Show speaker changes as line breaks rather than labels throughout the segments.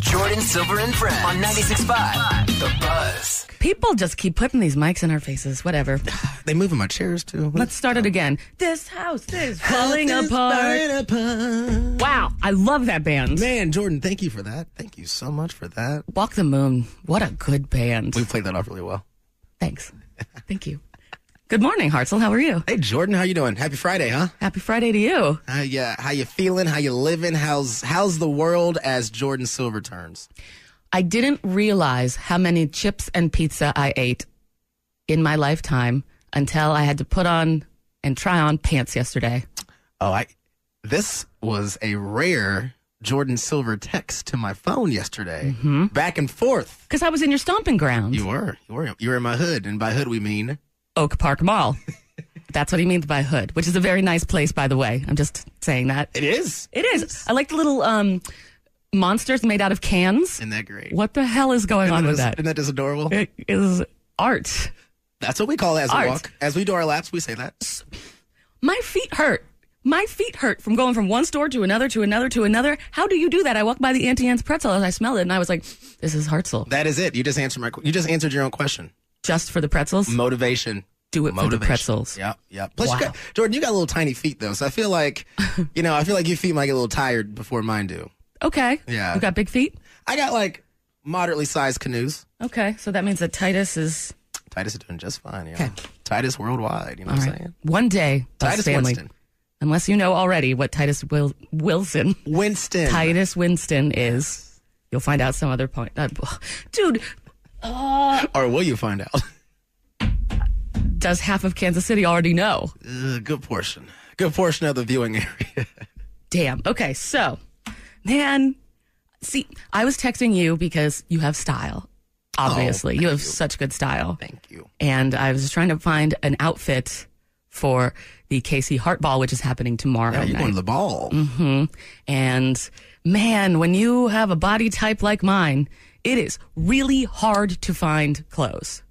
Jordan Silver and Friends on 96.5 The Buzz.
People just keep putting these mics in our faces. Whatever.
They move in my chairs too.
Let's start it again. This house is falling apart.
Right apart.
Wow, I love that band.
Man, Jordan, thank you for that. Thank you so much for that.
Walk the Moon. What a good band.
We played that off really well.
Thanks. Thank you. Good morning, Hartzell. How are you?
Hey, Jordan, how you doing? Happy Friday, huh?
Happy Friday to you.
How ya, how you feeling? How you living? How's how's the world as Jordan Silver turns?
I didn't realize how many chips and pizza I ate in my lifetime until I had to put on and try on pants yesterday.
Oh, I. This was a rare Jordan Silver text to my phone yesterday.
Mm-hmm.
Back and forth.
Because I was in your stomping grounds,
You were, you were, you were in my hood, and by hood we mean
Oak Park Mall. That's what he means by hood, which is a very nice place, by the way. I'm just saying that.
it is.
It is. I like the little um, monsters made out of cans.
Isn't that great?
What the hell is going on
Isn't
with
that-
that?
isn't that just adorable?
It is art.
That's what we call it as
Art.
we walk. As we do our laps, we say that.
My feet hurt. My feet hurt from going from one store to another to another to another. How do you do that? I walked by the Auntie Anne's pretzel and I smelled it and I was like, this is Hartzell.
That is it. You just answered my. You just answered your own question.
Just for the pretzels?
Motivation.
Do it for the
Motivation.
pretzels.
Yep, yep. Plus, you
Wow.
got, Jordan, you got little tiny feet though, so I feel like, you know, I feel like your feet might get a little tired before mine do.
Okay.
Yeah.
You got big feet?
I got like moderately sized canoes.
Okay. So that means that Titus is.
Titus is doing just fine. Yeah.
Okay.
Titus worldwide. You know
All
what I'm
right.
saying?
One day, us
Titus
family,
Winston.
unless you know already what Titus Wil- Wilson.
Winston.
Titus Winston is. You'll find out some other point. Uh, dude,
Or will you find out?
does half of Kansas City already know?
Uh, good portion. Good portion of the viewing area.
Damn. Okay, so, man, see, I was texting you because you have style. Obviously, you have such good style.
Oh, Thank you.
And I was trying to find an outfit for the KC Heart Ball, which is happening tomorrow.
Yeah, you're
night.
going to the ball.
Mm. And man, when you have a body type like mine, it is really hard to find clothes.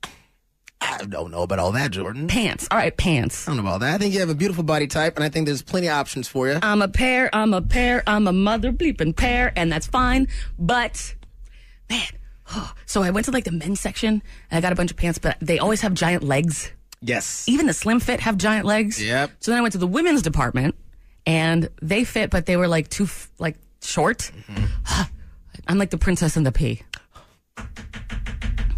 I don't know about all that, Jordan. I
Pants. All right, pants.
don't know about that. I think you have a beautiful body type, and I think there's plenty of options for you.
I'm a pair, I'm a pair, I'm a mother bleeping pair, and that's fine. But man, oh. so I went to like the men's section and I got a bunch of pants, but they always have giant legs.
Yes.
Even the slim fit have giant legs.
Yep.
So then I went to the women's department and they fit, but they were like too f- like short. I'm like the princess and the pea.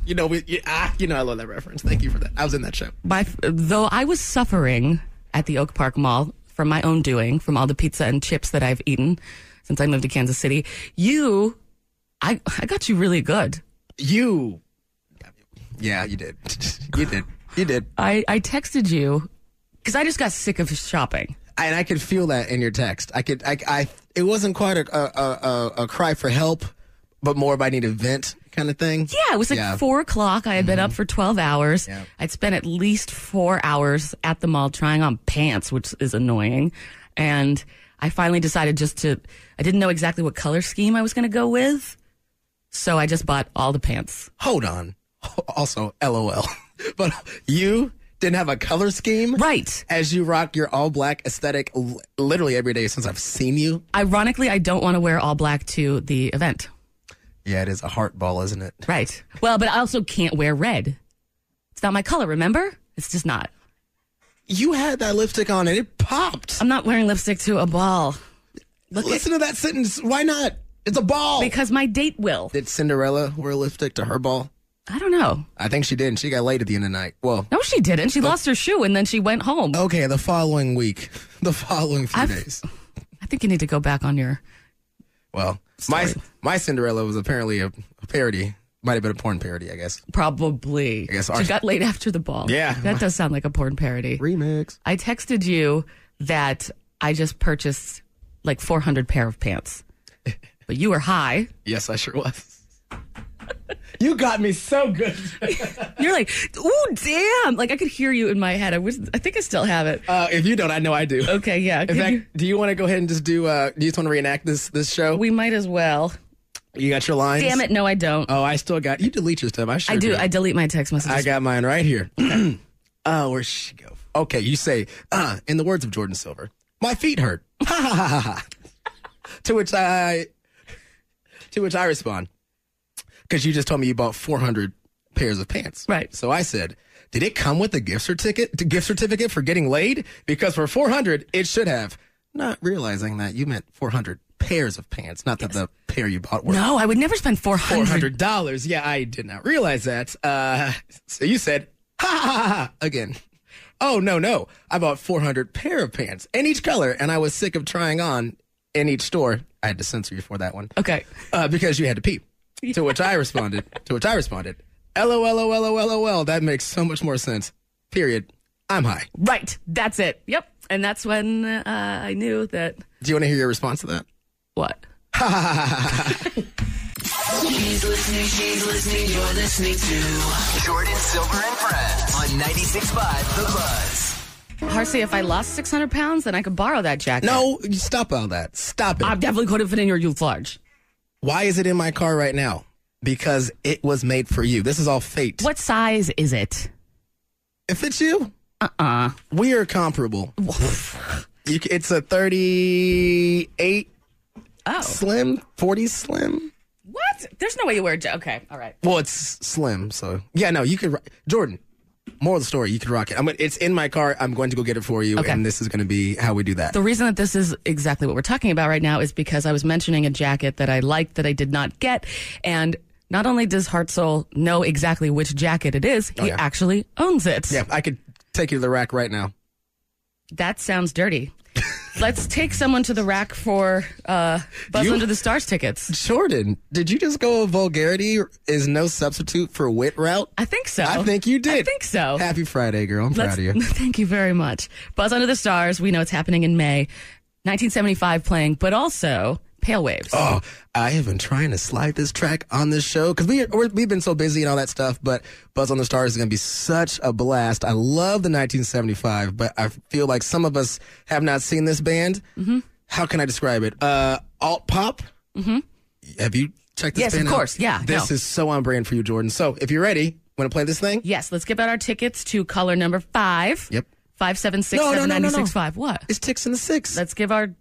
You know, we, you, ah, you know, I love that reference. Thank you for that. I was in that show.
My though I was suffering at the Oak Park Mall from my own doing, from all the pizza and chips that I've eaten since I moved to Kansas City. You, I I got you really good.
You. Yeah, you did. you did. You did.
I I texted you because I just got sick of shopping.
And I could feel that in your text. I could. I. I it wasn't quite a a, a a cry for help, but more of I need a vent kind of thing.
Yeah, it was like
Yeah.
four o'clock. I had been up for twelve hours. I'd spent at least four hours at the mall trying on pants, which is annoying. And I finally decided just to. I didn't know exactly what color scheme I was going to go with, so I just bought all the pants.
Hold on. Also, LOL. but you didn't have a color scheme,
Right.
As you rock your all black aesthetic, l- literally every day since I've seen you.
Ironically, I don't want to wear all black to the event.
Yeah, it is a heart ball, isn't it?
Right. Well, but I also can't wear red. It's not my color, remember? It's just not.
You had that lipstick on and it popped.
I'm not wearing lipstick to a ball
Listen to that sentence. Why not? It's a ball.
because my date will.
Did Cinderella wear lipstick to her ball?
I don't know.
I think she did. and She got late at the end of the night. Well,
No, she didn't. She lost her shoe and then she went home.
okay, the following week, the following few
I've-
days.
I think you need to go back on your.
Well, my my Cinderella was apparently a, a parody. Might have been a porn parody, I guess.
Probably.
guess
she
ours-
got late after the ball.
Yeah.
That does sound like a porn parody.
Remix.
I texted you that I just purchased like 400 pair of pants. But you were high.
Yes, I sure was. you got me so good.
You're like, ooh, damn! Like I could hear you in my head. I wish, I think I still have it.
Uh, if you don't, I know I do.
Okay, yeah.
In
Could
fact,
you-
do Uh, you want to go ahead and just do? Uh, do you just want to reenact this this show?
we might as well.
you got your lines.
Damn it! No, I don't.
Oh, I still got. You delete your stuff. I sure
I do.
did.
I delete my text messages.
I got mine right here. oh, where she go? Okay, you say, uh, in the words of Jordan Silver, my feet hurt. to which I, to which I respond, because you just told me you bought 400 pairs of pants.
Right.
So I said, did it come with a gift certificate? The gift certificate for getting laid? Because for 400, it should have. Not realizing that you meant 400 pairs of pants, not that the pair you bought were
no, I would never spend 400.
four hundred dollars. Yeah, I did not realize that. Uh, so you said ha ha ha, ha again. Oh no no! I bought four hundred pair of pants in each color, and I was sick of trying on in each store. I had to censor you for that one
Okay.
uh, because you had to pee. To which I responded. to which I responded. LOLOLOLOL. That makes so much more sense. Period. I'm high.
Right. That's it. Yep. And that's when uh, I knew that.
Do you want to hear your response to that?
What?
He's listening, she's listening, you're listening to Jordan Silver and Friends on 96.5 The Buzz.
Harsey, if I lost 600 pounds, then I could borrow that jacket.
No, you stop all that. Stop it.
I definitely couldn't fit in your youth large.
Why is it in my car right now? Because it was made for you. This is all fate.
What size is it?
If it's you,
Uh uh
we are comparable. You, c- it's a 38
Oh.
slim, 40 slim.
What? There's no way you wear a jacket. Okay. All right.
Well, it's slim, so yeah. No, you could. ro- Jordan, moral of the story, you could rock it. I'm. gonna- It's in my car. I'm going to go get it for you,
Okay.
and this is going to be how we do that.
The reason that this is exactly what we're talking about right now is because I was mentioning a jacket that I liked that I did not get. And not only does Hartzell know exactly which jacket it is, he
Oh, yeah.
actually owns it.
yeah, I could take you to the rack right now.
That sounds dirty. Let's take someone to the rack for uh, Buzz
You-
Under the Stars tickets.
Jordan, did you just go vulgarity is no substitute for wit route?
I think so.
I think you did.
I think so.
Happy Friday, girl. I'm
Let's-
proud of you.
Thank you very much. Buzz Under the Stars, we know it's happening in May. 1975 playing, but also Pale Waves.
Oh, I have been trying to slide this track on this show because we we're, we've been so busy and all that stuff. But Buzz on the Stars is going to be such a blast. I love the 1975, but I feel like some of us have not seen this band. Mm-hmm. How can I describe it? Uh, alt pop. Mm-hmm. Have you checked this?
Yes,
band
of
out?
course. Yeah,
This
no.
is so on brand for you, Jordan. So if you're ready, want to play this thing?
Yes, let's give out our tickets to caller number five.
Yep.
Five seven six
No, no,
seven
no, no,
ninety
no.
six five. What?
It's Ticks and the Six.
Let's give our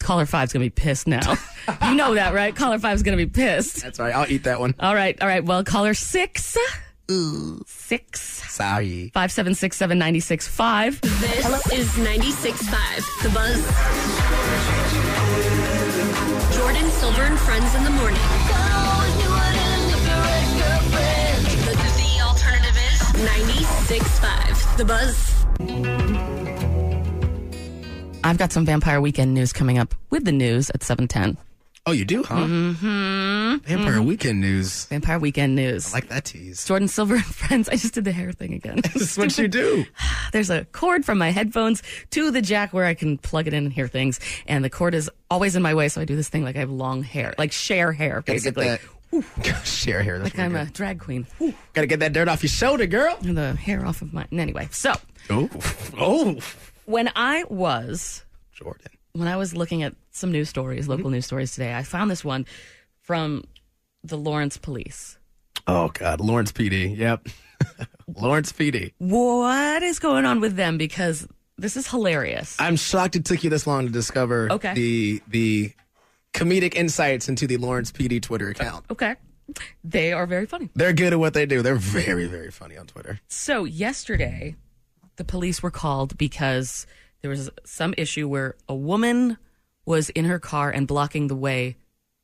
caller five's gonna be pissed now. you know that, right? Caller five's gonna be pissed.
That's all right. I'll eat that one.
All right, all right. Well, caller six. Six
Sorry.
five seven six seven ninety six five.
This is 96.5, The Buzz. Jordan Silver and Friends in the Morning. The, the alternative is 96.5, The Buzz.
I've got some Vampire Weekend news coming up with the news at seven ten.
Oh, you do, huh? Mm-hmm. Vampire
Mm-hmm.
Weekend News.
Vampire Weekend news.
Like that tease.
Jordan Silver and friends. I just did the hair thing again.
This is what you do.
There's a cord from my headphones to the jack where I can plug it in and hear things. And the cord is always in my way, so I do this thing like I have long hair, like share hair, basically.
Gotta get that. Share hair. That's
Like I'm a drag queen. Whew.
Gotta get that dirt off your shoulder, girl.
And the hair off of my. and Anyway, so
Oh, oh,
when I was
Jordan.
when I was looking at some news stories, local news stories today, I found this one from the Lawrence Police.
Oh God, Lawrence PD. Yep, Lawrence PD.
What is going on with them? Because this is hilarious.
I'm shocked it took you this long to discover
Okay.
the the comedic insights into the Lawrence PD Twitter account.
Okay, they are very funny.
They're good at what they do. They're very very funny on Twitter.
So yesterday, the police were called because there was some issue where a woman was in her car and blocking the way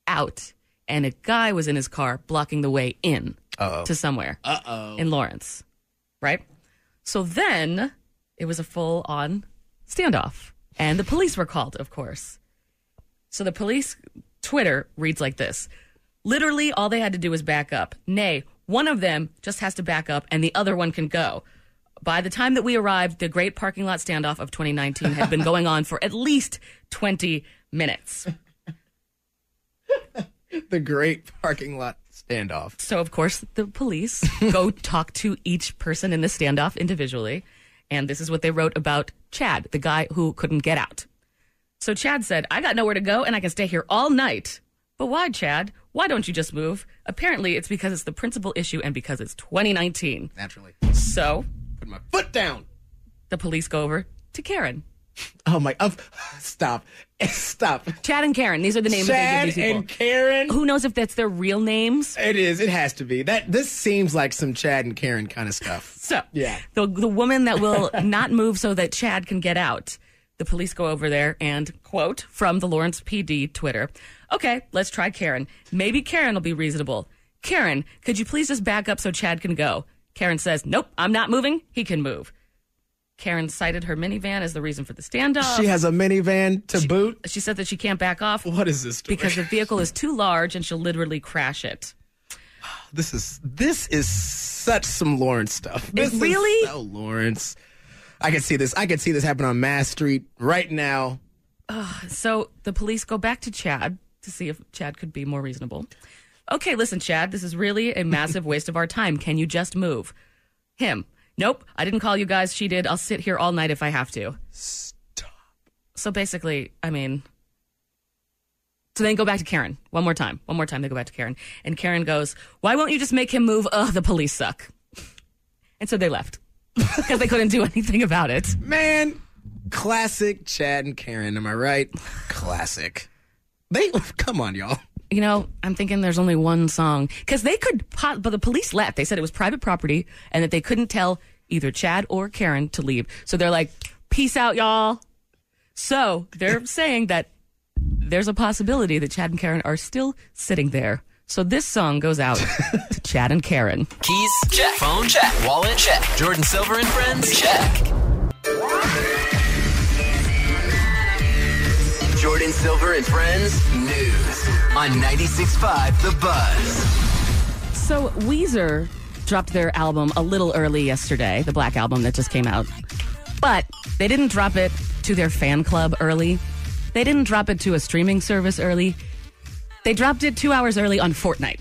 out, and a guy was in his car blocking the way in to somewhere in Lawrence, right? So then it was a full on standoff, and the police were called, of course. So the police Twitter reads like this literally all they had to do was back up. Nay, one of them just has to back up and the other one can go. By the time that we arrived, the great parking lot standoff of 2019 had been going on for at least 20 minutes.
The great parking lot standoff.
So, of course, the police go talk to each person in the standoff individually. And this is what they wrote about Chad, the guy who couldn't get out. So, Chad said, I got nowhere to go and I can stay here all night. But why, Chad? Why don't you just move? Apparently, it's because it's the principal issue and because it's 2019.
Naturally.
So,
Put my foot down.
the police go over to Karen.
Oh my. Of, stop. Stop.
Chad and Karen, these are the names that they
Chad
give these people.
and Karen.
who knows if that's their real names?
It is. It has to be. That this seems like some Chad and Karen kind of stuff.
So
Yeah.
the the woman that will not move so that Chad can get out. The police go over there and quote from the Lawrence PD Twitter. Okay, let's try Karen. Maybe Karen will be reasonable. Karen, could you please just back up so Chad can go? Karen says, "Nope, I'm not moving. He can move." Karen cited her minivan as the reason for the standoff.
She has a minivan to boot.
she said that she can't back off
What is this story?
because the vehicle is too large and she'll literally crash it.
this is this is such some Lawrence stuff. This is
really?
so Lawrence. I could see this. I could see this happen on Mass Street right now.
So the police go back to Chad to see if Chad could be more reasonable. Okay, listen, Chad, this is really a massive waste of our time. Can you just move? Him. Nope, I didn't call you guys. She did. I'll sit here all night if I have to. Stop. So basically, I mean. So then go back to Karen. One more time. One more time, they go back to Karen. And Karen goes, Why won't you just make him move? Ugh, the police suck. And so they left because they couldn't do anything about it.
Man, classic Chad and Karen. Am I right? Classic. They come on, y'all.
you know, I'm thinking there's only one song because they could, po- but the police left. They said it was private property and that they couldn't tell either Chad or Karen to leave. So they're like, "Peace out, y'all." So they're saying that there's a possibility that Chad and Karen are still sitting there. So this song goes out to Chad and Karen.
Keys? Check. Phone? Check. Wallet? Check. Jordan Silver and Friends? Check. Jordan Silver and Friends News on 96.5 The Buzz.
So Weezer dropped their album a little early yesterday, the black album that just came out. But they didn't drop it to their fan club early. They didn't drop it to a streaming service early. They dropped it two hours early on Fortnite.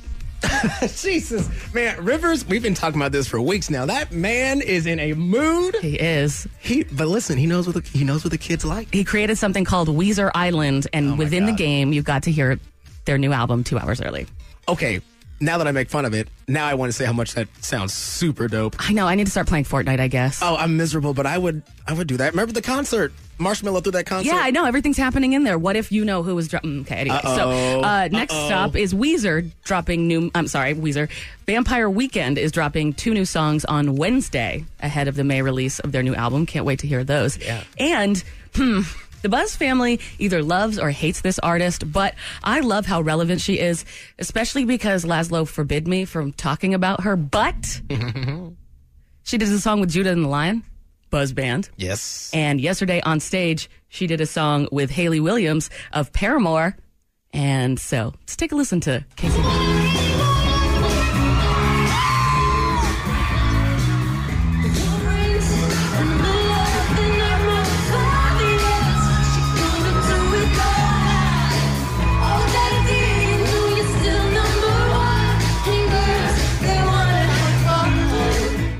Jesus, man, Rivers. We've been talking about this for weeks now. That man is in a mood.
He is.
He, but listen, he knows what the, he knows what the kids like.
He created something called Weezer Island, and within the game, you got to hear their new album two hours early.
Okay, now that I make fun of it, now I want to say how much that sounds super dope.
I know. I need to start playing Fortnite, I guess.
Oh, I'm miserable, but I would I would do that. Remember the concert? Marshmallow threw that concert.
Yeah, I know. Everything's happening in there. What if you know who was dropping? Okay, anyway. So uh, next stop is Weezer dropping new. I'm sorry, Weezer. Vampire Weekend is dropping two new songs on Wednesday ahead of the May release of their new album. Can't wait to hear those. Yeah. And hmm, the Buzz family either loves or hates this artist, but I love how relevant she is, especially because Laszlo forbid me from talking about her. But she did a song with Judah and the Lion. Buzz Band.
Yes.
And yesterday on stage, she did a song with Haley Williams of Paramore. And so let's take a listen to Casey.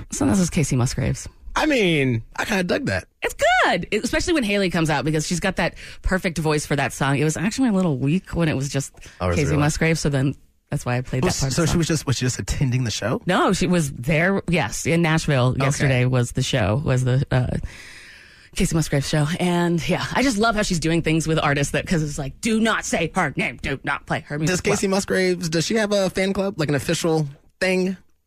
So this is Casey Musgraves.
I mean, I kind of dug that.
It's good, It- especially when Haley comes out because she's got that perfect voice for that song. It was actually a little weak when it was just
I
Casey
realize.
Musgraves. So then that's why I played that part. of
Oh, So
the
she
song.
was just was she just attending the show?
No, she was there. Yes, in Nashville yesterday was the show. Was the uh, Casey Musgraves show, and yeah, I just love how she's doing things with artists that because it's like, do not say her name, do not play her music.
Does Casey Musgraves? Does she have a fan club, like an official thing?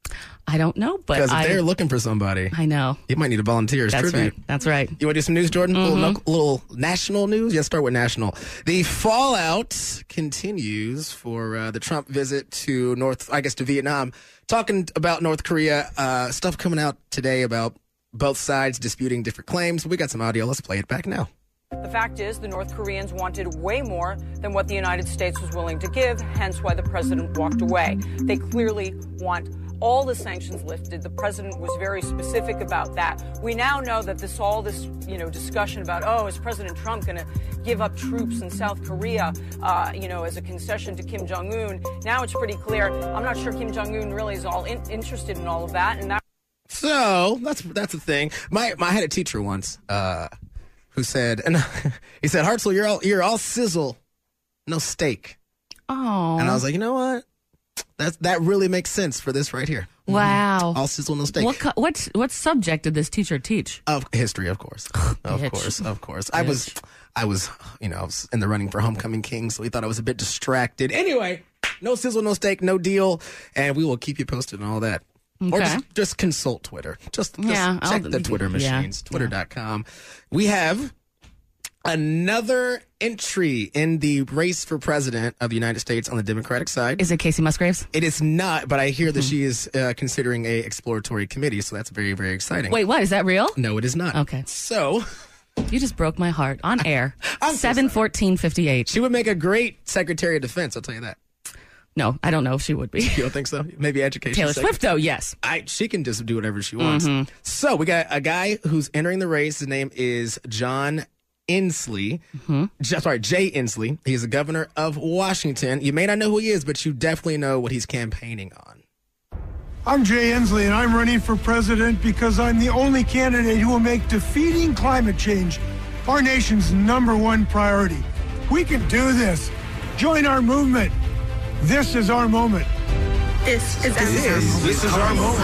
Well, I don't know, but
Because if
I,
they're looking for somebody,
I know
you might need a volunteer. as
that's
tribute.
right. That's right.
You want to do some news, Jordan? A little, noc- little national news? Yes, start with national. The fallout continues for uh, the Trump visit to North, I guess, to Vietnam. Talking about North Korea, uh, stuff coming out today about both sides disputing different claims. We got some audio. Let's play it back now.
The fact is, the North Koreans wanted way more than what the United States was willing to give, hence why the president walked away. They clearly want all the sanctions lifted. The president was very specific about that. We now know that this all this you know discussion about oh is President Trump going to give up troops in South Korea uh, you know as a concession to Kim Jong Un? Now it's pretty clear. I'm not sure Kim Jong Un really is all in- interested in all of that, and that.
So that's that's the thing. My, my I had a teacher once uh, who said, and he said, Hartzell, you're all you're all sizzle, no steak.
Oh,
And I was like, you know what? That's that really makes sense for this right here.
wow.
All sizzle, no steak.
What, co- what what subject did this teacher teach?
Of history, of course, of
Bitch.
course, of course. I was, I was, you know, I was in the running for homecoming king, so we thought I was a bit distracted. Anyway, no sizzle, no steak, no deal, and we will keep you posted on all that. Or
Okay.
just, just consult Twitter. Just, just
Yeah, I'll-
check the Twitter
yeah,
machines, twitter.com. We have another entry in the race for president of the United States on the Democratic side.
Is Hmm. it Casey Musgraves?
It is not, but I hear that she is uh, considering a exploratory committee, so that's very, very exciting.
Wait, what? Is that real?
No, it is not.
Okay.
So
You just broke my heart on air.
I'm so
Seven fourteen fifty eight.
she would make a great Secretary of Defense. I'll tell you that.
No, I don't know if she would be.
You don't think so? Maybe education.
Taylor
sec-
Swift, Mm-hmm. though, yes.
I, she can just do whatever she wants. So we got a guy who's entering the race. His name is John Inslee.
Mm-hmm.
J- sorry, Jay Inslee. He's the governor of Washington. You may not know who he is, but you definitely know what he's campaigning on.
I'm Jay Inslee, and I'm running for president because I'm the only candidate who will make defeating climate change our nation's number one priority. We can do this. Join our movement. This is our moment.
This is our
This is our moment.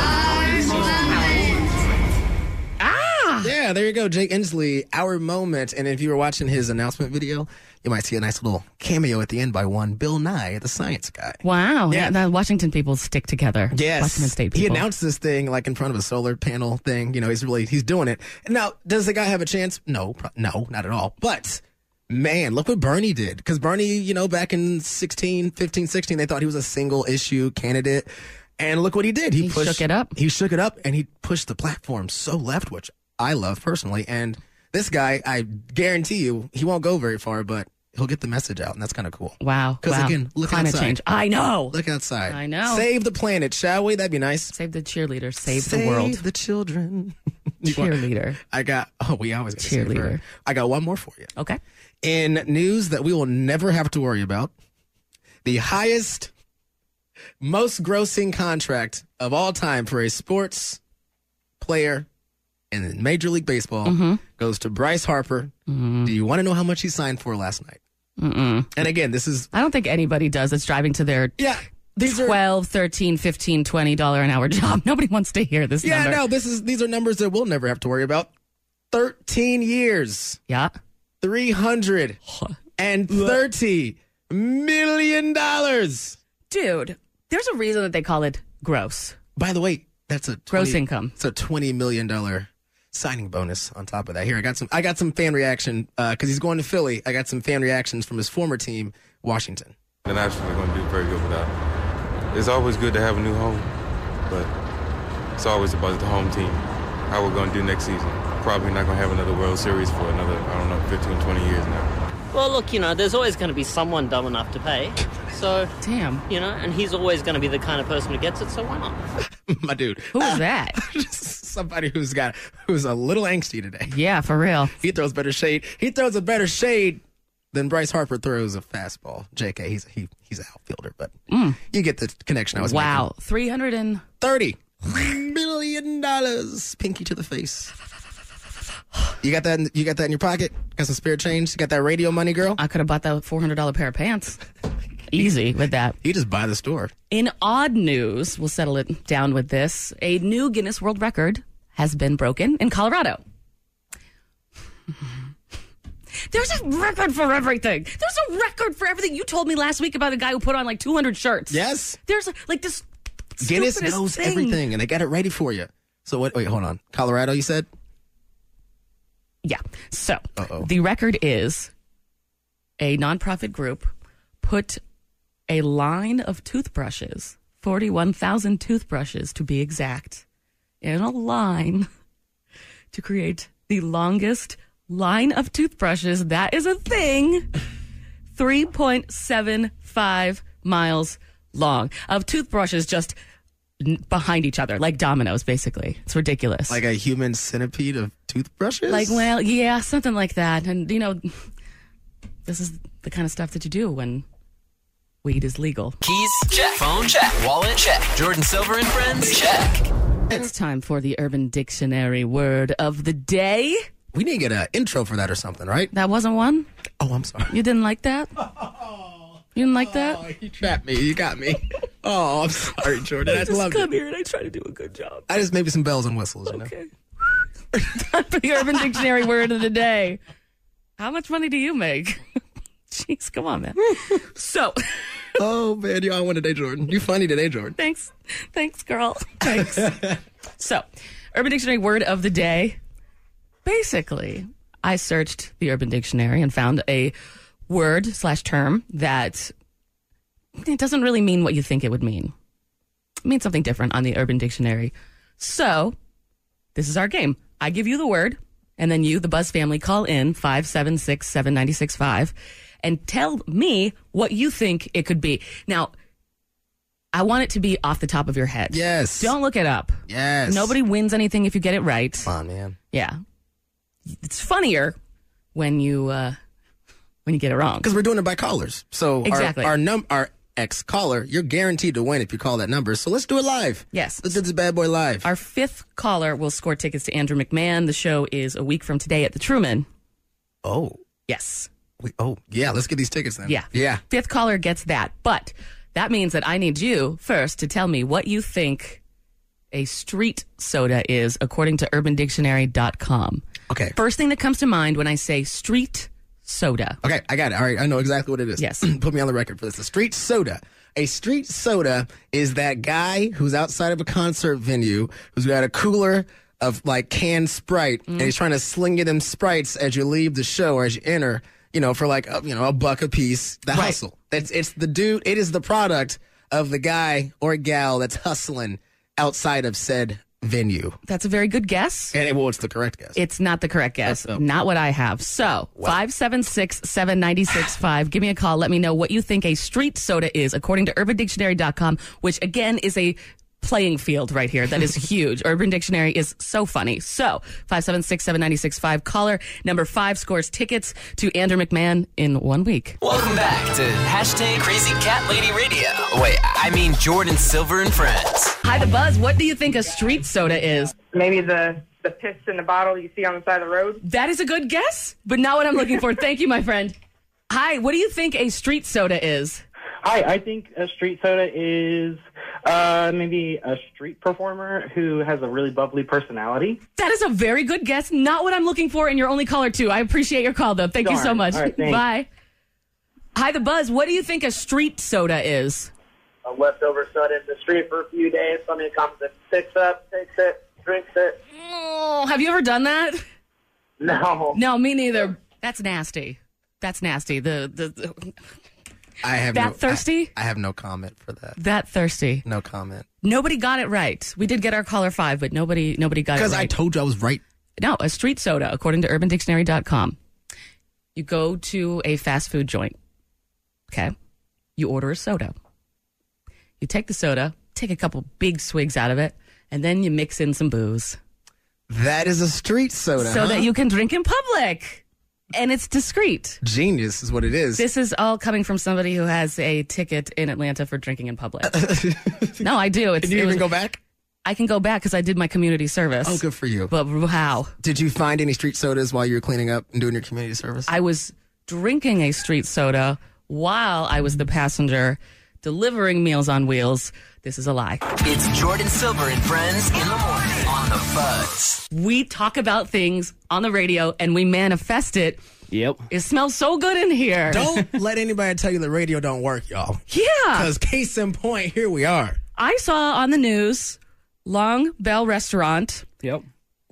Ah.
Yeah, there you go, Jay Inslee. Our moment. And if you were watching his announcement video, you might see a nice little cameo at the end by one Bill Nye, the science guy.
Wow.
Yeah.
Yeah. The Washington people stick together.
Yes.
Washington State people.
He announced this thing like in front of a solar panel thing. You know, he's really he's doing it. Now, does the guy have a chance? No, pro- no, not at all. But man, look what Bernie did. Cuz Bernie, you know, back in 16, 15, 16, they thought he was a single issue candidate. And look what he did. He,
He
pushed
shook it up.
He shook it up and he pushed the platform so left, which I love personally. And this guy, I guarantee you, he won't go very far, but he'll get the message out and that's kind of cool.
Wow.
Cuz
wow.
again, look
Climate
outside.
change. I know.
Look outside.
I know.
Save the planet, shall we? That'd be nice.
Save the cheerleader. Save, the world.
the children.
Cheerleader.
I got. Oh, we always gotta say it
Cheerleader.
first. I got one more for you.
Okay.
In news that we will never have to worry about, the highest, most grossing contract of all time for a sports player in Major League Baseball
Mm-hmm.
goes to Bryce Harper. Do you want to know how much he signed for last night? Mm-mm. And again, this is
I don't think anybody does that's driving to their
yeah. These are
12, 13, 15, 20 dollar an hour job. Nobody wants to hear this
yeah.
number.
No, this is these are numbers that we'll never have to worry about. Thirteen years.
Yeah.
Three hundred and thirty million dollars.
Dude, there's a reason that they call it gross.
By the way, that's a 20,
Gross income.
It's a twenty million dollar signing bonus on top of that. Here, I got some. I got some fan reaction because he's going to Philly. I got some fan reactions from his former team, Washington.
The Nationals are going to do very good without him. It's always good to have a new home, but it's always about the home team. How we're going to do next season. Probably not going to have another World Series for another, I don't know, 15, 20 years now.
Well, look, you know, there's always going to be someone dumb enough to pay. So,
Damn.
you know, and he's always going to be the kind of person who gets it, so why not?
My dude,
Who is that?
somebody who's got who's a little angsty today.
yeah, for real.
He throws better shade. He throws a better shade than Bryce Harper throws a fastball. J.K. He's he, he's an outfielder, but you get the connection I was making.
Mm. Wow. 300 and
30 million dollars pinky to the face you got that in, you got that in your pocket got some spare change you got that radio money girl
I could have bought that $400 pair of pants. Easy with that.
you just buy the store
In odd news, we'll settle it down with this. A new Guinness World Record has been broken in Colorado. There's a record for everything. There's a record for everything. You told me last week about the guy who put on like 200 shirts.
Yes.
There's like this.
guinness
stupidest
knows
thing.
everything and they got it ready for you so what wait hold on colorado you said
Yeah. So
Uh-oh.
the record is a nonprofit group put a line of toothbrushes, 41,000 toothbrushes to be exact, in a line to create the longest line of toothbrushes. That is a thing. 3.75 miles long of toothbrushes just n- behind each other, like dominoes, basically. It's ridiculous.
Like a human centipede of toothbrushes?
Like, well, yeah, something like that. And, you know, this is the kind of stuff that you do when weed is legal.
Keys, check. Phone, check. Wallet, check. Jordan Silver and Friends, check.
It's time for the Urban Dictionary word of the day.
we need to get an intro for that or something, right?
That wasn't one?
Oh, I'm sorry.
You didn't like that? You didn't like that?
Oh, You trapped me. You got me. Oh, I'm sorry, Jordan. I,
Just
loved
come
it.
here and I try to do a good job.
I just maybe some bells and whistles, you know?
Okay. Time for the Urban Dictionary word of the day. How much money do you make? Jeez, come on, man. So,
Oh, man. You're on one today, Jordan. You funny today, Jordan.
thanks. Thanks, girl. Thanks. so, Urban Dictionary word of the day. Basically, I searched the Urban Dictionary and found a word slash term that it doesn't really mean what you think it would mean. It means something different on the Urban Dictionary. So, this is our game. I give you the word, and then you, the Buzz family, call in 576 7965 and tell me what you think it could be. Now, I want it to be off the top of your head.
Yes.
Don't look it up.
Yes.
Nobody wins anything if you get it right.
Come on, man.
Yeah. It's funnier when you uh, when you get it wrong.
Because we're doing it by callers. So our-
Exactly.
our, num our ex caller, you're guaranteed to win if you call that number. So let's do it live.
Yes.
Let's do this bad boy live.
Our fifth caller will score tickets to Andrew McMahon. The show is a week from today at the Truman.
oh.
Yes.
We, oh, yeah. Let's get these tickets then.
Yeah.
Yeah.
Fifth caller gets that. But that means that I need you first to tell me what you think a street soda is according to urbandictionary.com.
Okay.
First thing that comes to mind when I say street soda.
Okay, I got it. All right, I know exactly what it is.
Yes.
Put me on the record for this. A street soda. A street soda is that guy who's outside of a concert venue who's got a cooler of like canned Sprite and
Mm-hmm.
he's trying to sling you them Sprites as you leave the show or as you enter, you know, for like, a, you know, a buck a piece. The hustle. That's it's the dude, it is the product of the guy or gal that's hustling outside of said venue.
That's a very good guess.
And it, well, it's the correct guess.
It's not the correct guess. Not what I have. So, 576 7965. Give me a call. Let me know what you think a street soda is, according to urbandictionary.com, which again is a playing field right here that is huge. Urban Dictionary is so funny. So, 576 7965. Caller number five scores tickets to Andrew McMahon in one week.
Welcome back to hashtag Crazy Cat Lady Radio. Wait, I mean Jordan Silver and Friends.
Hi, The Buzz. What do you think a street soda is?
Maybe the the piss in the bottle you see on the side of the road.
That is a good guess, but not what I'm looking for. Thank you, my friend. Hi, what do you think a street soda is?
Hi, I think a street soda is uh, maybe a street performer who has a really bubbly personality.
That is a very good guess. Not what I'm looking for, and you're only caller two. I appreciate your call, though. Thank you so
Darn.
much.
All right, thanks.
Bye. Hi, the buzz. What do you think a street soda is?
a leftover soda in the street for a few days. Somebody comes and picks up, takes it, drinks it.
Oh, have you ever done that?
No.
No, me neither. That's nasty. That's nasty. The the, the-
I have
that
no, I-
thirsty?
I have no comment for that.
that thirsty.
No comment.
Nobody got it right. We did get our caller five, but nobody nobody got it
Because
right.
I told you I was right
no, a street soda, according to urbandictionary.com. You go to a fast food joint. Okay. You order a soda. You take the soda, take a couple big swigs out of it, and then you mix in some booze
That is a street soda.
so
huh?
that you can drink in public. And it's discreet.
genius is what it is.
This is all coming from somebody who has a ticket in Atlanta for drinking in public. no, I do. It's,
Did you
it
even
was-
go back?
I can go back because I did my community service.
Oh, good for you.
But how?
Did you find any street sodas while you were cleaning up and doing your community service?
I was drinking a street soda while I was the passenger delivering Meals on Wheels. This is a lie.
It's Jordan Silver and Friends in the morning on the Buzz.
We talk about things on the radio and we manifest it.
Yep.
It smells so good in here.
don't let anybody tell you the radio don't work,
Uh,
y'all.
Yeah.
Because case in point, here we are.
I saw on the news Long Bell Restaurant
Yep.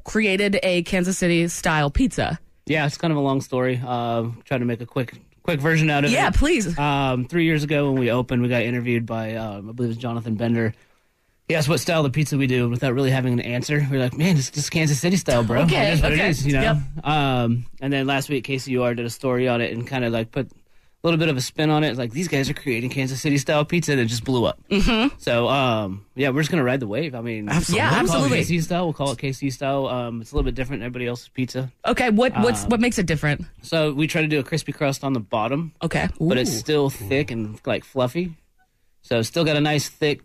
created a Kansas City style pizza.
Yeah, it's kind of a long story. Uh, trying to make a quick quick version out of it.
Yeah, please.
Um, three years ago when we opened, we got interviewed by um, I believe it was Jonathan Bender. He asked what style of pizza we do without really having an answer. We are like, man, it's just Kansas City style, bro.
Okay,
it is what
okay,
it is, you know.
yep.
Um, and then last week, KCUR did a story on it and kind of like put little bit of a spin on it. It's like these guys are creating Kansas City style pizza, and it just blew up. Mm-hmm. So um, yeah, we're just gonna ride the wave. I mean,
Absolutely. Yeah,
we'll call it
absolutely.
KC style. We'll call it KC style. Um, it's a little bit different than everybody else's pizza.
Okay, what what's
Um,
what makes it different?
So we try to do a crispy crust on the bottom.
Okay.
But it's
Ooh.
still thick and like fluffy. So it's still got a nice thick,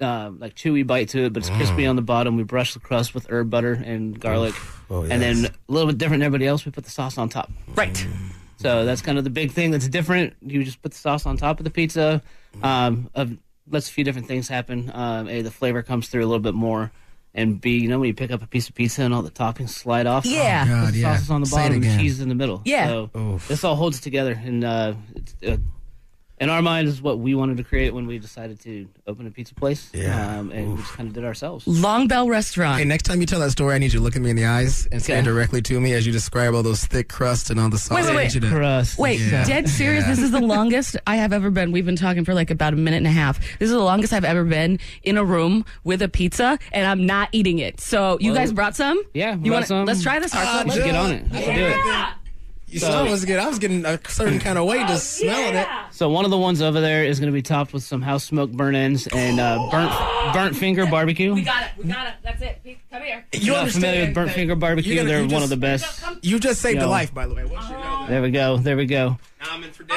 uh, like chewy bite to it, but it's crispy on the bottom. We brush the crust with herb butter and garlic.
Oh, yes.
And then a little bit different than everybody else, we put the sauce on top.
Right.
Mm. So that's kind of the big thing that's different. You just put the sauce on top of the pizza. Um, of, lets a few different things happen. Um, a, the flavor comes through a little bit more. And B, you know when you pick up a piece of pizza and all the toppings slide off?
Yeah. Oh, God,
the sauce
yeah.
is on the
Say it
bottom, the
again.
cheese is in the middle.
Yeah.
So this all holds together. And uh, it's, uh, in our mind is what we wanted to create when we decided to open a pizza place. Yeah. Um, and we just kind of did ourselves.
Long Bell Restaurant.
Hey, next time you tell that story, I need you to look at me in the eyes and stare
Okay.
directly to me as you describe all those thick crusts and all the sauce.
Wait, wait,
I
wait.
need you to-
Wait,
Yeah.
dead serious. This is the longest I have ever been. We've been talking for like about a minute and a half. This is the longest I've ever been in a room with a pizza, and I'm not eating it. So you
Well,
guys brought some? you
yeah, brought
wanna-
some.
Let's try this.
Ah,
Hartzell.
let's get on it. Let's do it.
Yeah.
You
So-
saw it was good. I was getting a certain kind of way just
Oh,
smelling it.
So one of the ones over there is going to be topped with some house smoke burn-ins and uh, burnt burnt finger barbecue.
We got it. We got it. That's it. Pete, Come here.
If you're not familiar with burnt finger barbecue,
You're gonna-
they're
you
one
just-
of the best.
You just saved
Yo.
a life, by the way.
There we go. There we go.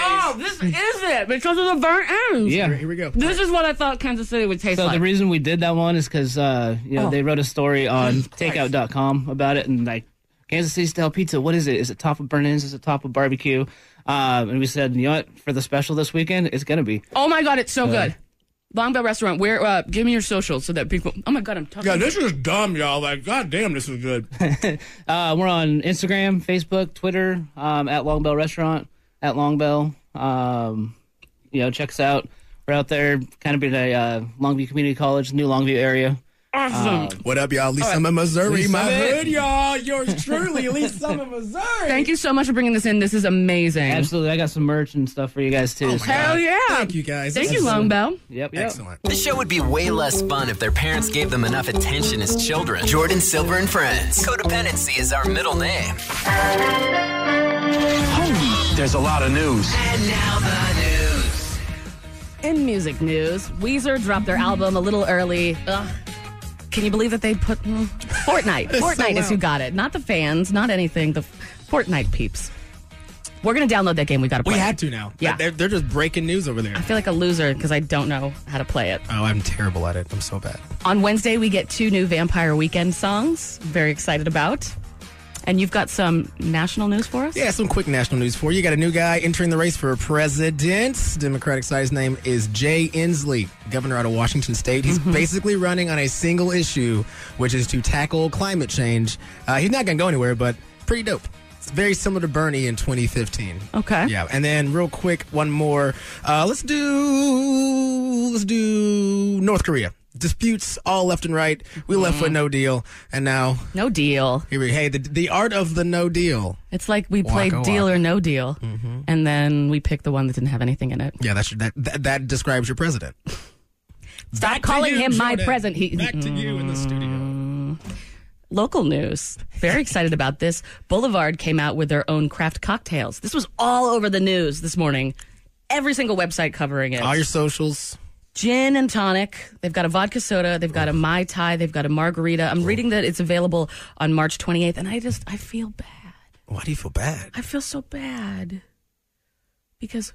Oh, this is it because of the burnt ends.
Yeah. Here- here we go.
This is what I thought Kansas City would taste
So
like.
the reason we did that one is because uh, you know
Oh.
they wrote a story on Takeout.com about it and like Kansas City style pizza. What is it? Is it top of burn-ins? Is it top of barbecue? Um, and we said, you know what? For the special this weekend, it's gonna be.
oh my god, it's so
Uh,
good. Long Bell Restaurant. Where? Uh, give me your socials so that people. Oh my god, I'm talking.
is dumb, y'all. Like, goddamn, this is good. uh, we're on Instagram, Facebook, Twitter, um, at Long Bell Restaurant, at Long Bell. Um, you know, check us out. We're out there, kind of being a uh, Longview Community College, new Longview area. Ah.
Awesome.
What up, y'all? Lee Summit, Missouri,
Lee
my
Summit.
hood, y'all. Yours truly, Lee Summit, Missouri.
Thank you so much for bringing this in. This is amazing.
Absolutely, I got some merch and stuff for you guys too. so-
Hell yeah!
Thank you guys.
Thank
This
you,
is-
Long Bell.
Yep, yep.
Excellent.
The show would be way less fun if their parents gave them enough attention as children. Jordan Silver and Friends. Codependency is our middle name.
There's a lot of news.
And now the news.
In music news, Weezer dropped their album a little early. Ugh. Can you believe that they put mm, Fortnite?
It's so
Fortnite is who
loud.
got it, not the fans, not anything. The Fortnite peeps. We're gonna download that game. We gotta. Play
We
it.
had to now.
Yeah.
They're, they're just breaking news over there.
I feel like a loser because I don't know how to play it.
Oh, I'm terrible at it. I'm so bad.
On Wednesday, we get two new Vampire Weekend songs. Very excited about. And you've got some national news for us.
Yeah, some quick national news for you. You got a new guy entering the race for president. Democratic side, his name is Jay Inslee, governor out of Washington State. He's basically running on a single issue, which is to tackle climate change. Uh, he's not going to go anywhere, but pretty dope. It's very similar to Bernie in 2015.
Okay.
Yeah, and then real quick, one more. Uh, let's do let's do North Korea. Disputes all left and right. We left with no deal, and now
no deal.
Here we hey the the art of the no deal.
It's like we
Waka
played Deal
waka. Mm-hmm.
or No Deal, and then we picked the one that didn't have anything in it.
Yeah, that's that that, that describes your president.
Stop
Back to
calling
you,
him my
Jordan.
present. He,
Back to you in the Mm.
studio. Local news. Very excited about this. Boulevard came out with their own craft cocktails. This was all over the news this morning. Every single website covering it.
All your socials.
Gin and tonic. They've got a vodka soda. They've got a Mai Tai. They've got a margarita. I'm reading that it's available on March 28th, and I just, I feel bad.
Why do you feel bad?
I feel so bad because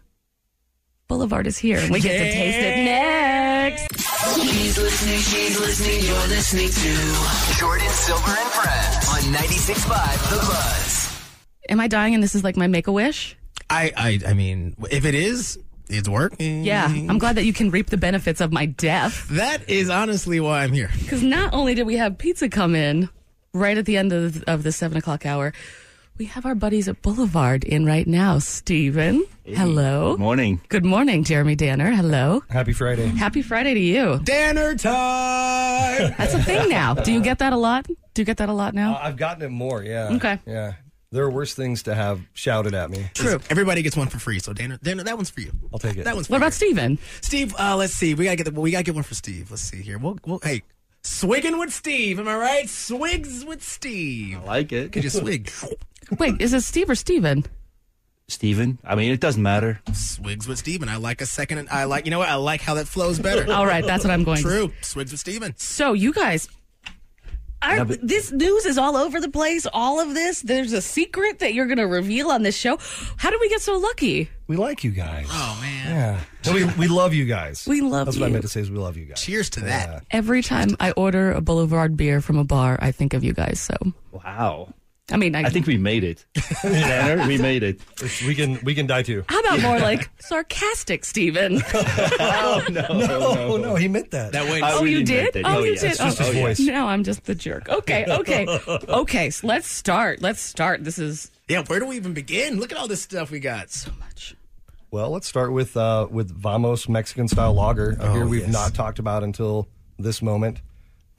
Boulevard is here. and We get to taste it next.
She's listening, she's listening, you're listening to Jordan Silver and Friends on 96.5 The Buzz.
Am I dying and this is like my make a wish?
I I I mean, if it is, it's working.
Yeah.
Mm-hmm.
I'm glad that you can reap the benefits of my death.
That is honestly why I'm here.
Because not only did we have pizza come in right at the end of, of the seven o'clock hour, we have our buddies at Boulevard in right now. Steven, hello.
Good morning.
Good morning, Jeremy Danner. Hello.
Happy Friday.
Happy Friday to you.
Danner time.
That's a thing now. Do you get that a lot? Do you get that a lot now?
Uh, I've gotten it more, yeah.
Okay.
Yeah. There are worse things to have shouted at me.
True. Everybody gets one for free, so Danner, Danner, that one's for you.
I'll take it.
That one's.
What about Steven?
Steve, uh, let's see. We gotta get the, we gotta get one for Steve. Let's see here. We'll, we'll hey, swigging with Steve. Am I right? Swigs with Steve. I
like it.
Could you swig?
Wait, is it Steve or Steven?
Steven. I mean, it doesn't matter.
Swigs with Steven. I like a second. and I like, you know what? I like how that flows better.
All right, that's what I'm going to-
True. Swigs with Steven.
So you guys, are,
Yeah, but-
this news is all over the place. All of this, there's a secret that you're going to reveal on this show. How did we get so lucky?
We like you guys.
Oh man.
Yeah. No, we, we love you guys.
We love
That's what I
you.
meant to say is we love you guys.
Cheers to that.
Every time I order a Boulevard beer from a bar, I think of you guys. So
Wow.
I mean, I,
I think we made it. Tanner, we made it.
We can we can die too.
How about more like sarcastic, Steven?
No, no, he meant that.
That way.
oh, you did? Oh, you did?
just
oh,
his voice.
No, I'm just the jerk. Okay, okay, okay. So let's start. Let's start. This is
Yeah, where do we even begin? Look at all this stuff we got. So
much.
Well, let's start with uh, with Vamos Mexican style lager. A
Oh,
beer we've
yes.
not talked about until this moment.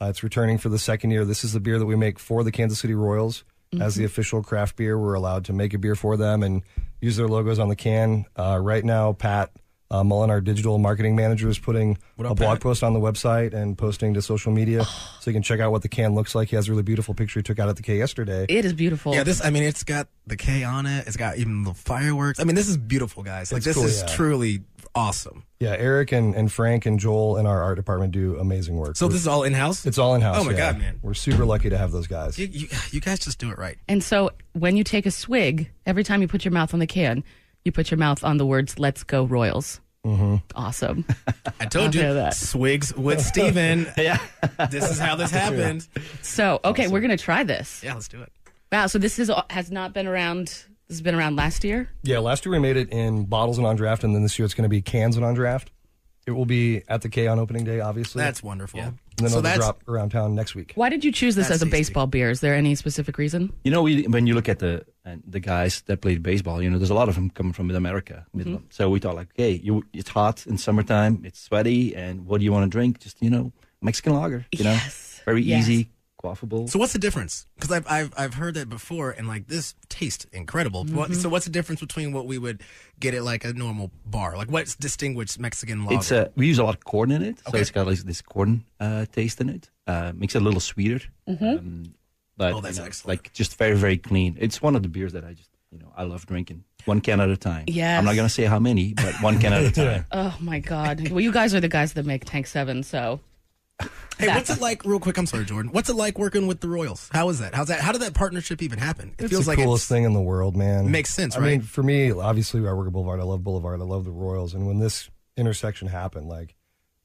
Uh, it's returning for the second year. This is the beer that we make for the Kansas City Royals as
Mhm.
the official craft beer. We're allowed to make a beer for them and use their logos on the can. Uh, right now, Pat uh, Mullen, our digital marketing manager, is putting
What
a
up,
blog
Pat?
post on the website and posting to social media, so you can check out what the can looks like. He has a really beautiful picture he took out at the K yesterday.
It is beautiful.
Yeah, this. I mean, it's got the K on it. It's got even the fireworks. I mean, this is beautiful, guys. Like
It's
this
cool,
is
yeah.
truly awesome.
Yeah, Eric and, and Frank and Joel in our art department do amazing work.
So this is all in-house?
It's all in house.
Oh my God, man.
We're super lucky to have those guys.
You, you, you guys just do it right.
And so when you take a swig, every time you put your mouth on the can, you put your mouth on the words "Let's go Royals."
Mm-hmm.
Awesome.
I told you, Swigs with Steven.
yeah.
This is how this happened.
So okay, we're gonna try this.
Yeah, let's do it.
Wow. So this is has not been around. This has been around last year.
Yeah, last year we made it in bottles and on draft, and then this year it's going to be cans and on draft. It will be at the K on opening day, obviously.
That's wonderful.
And then
So
it'll
that's-
drop around town next week.
Why did you choose this
That's
as a baseball beer? Is there any specific reason?
You know, we, when you look at the and the guys that played baseball, you know, there's a lot of them coming from Mid America.
Mhm.
Mm-hmm.
So we thought, like, hey, you, it's hot in summertime, it's sweaty, and what do you want to drink? Just you know, Mexican lager. You know, very
Yes.
easy, quaffable.
So what's the difference? Because I've, I've I've heard that before, and like this tastes incredible. What,
Mm-hmm.
Mhm.
so what's the difference between what we would get at like a normal bar? Like what distinguishes Mexican lager?
It's uh, we use a lot of corn in it, so it's got like this corn uh, taste in it. Uh, makes it a little sweeter,
Mm-hmm.
Um, but
Oh, that's
you know,
excellent.
like just very very clean. It's one of the beers that I just you know I love drinking one can at a time.
Yes.
I'm not gonna say how many, but one can at a time.
Oh my God. well, you guys are the guys that make Tank Seven. So
hey, what's it like? Real quick, I'm sorry, Jordan. What's it like working with the Royals? How is that? How's that? How did that partnership even happen? It
It's
feels
the
like
coolest thing in the world, man.
Makes sense,
I
right?
mean, for me, obviously, I work at Boulevard. I love Boulevard. I love the Royals. And when this intersection happened, like,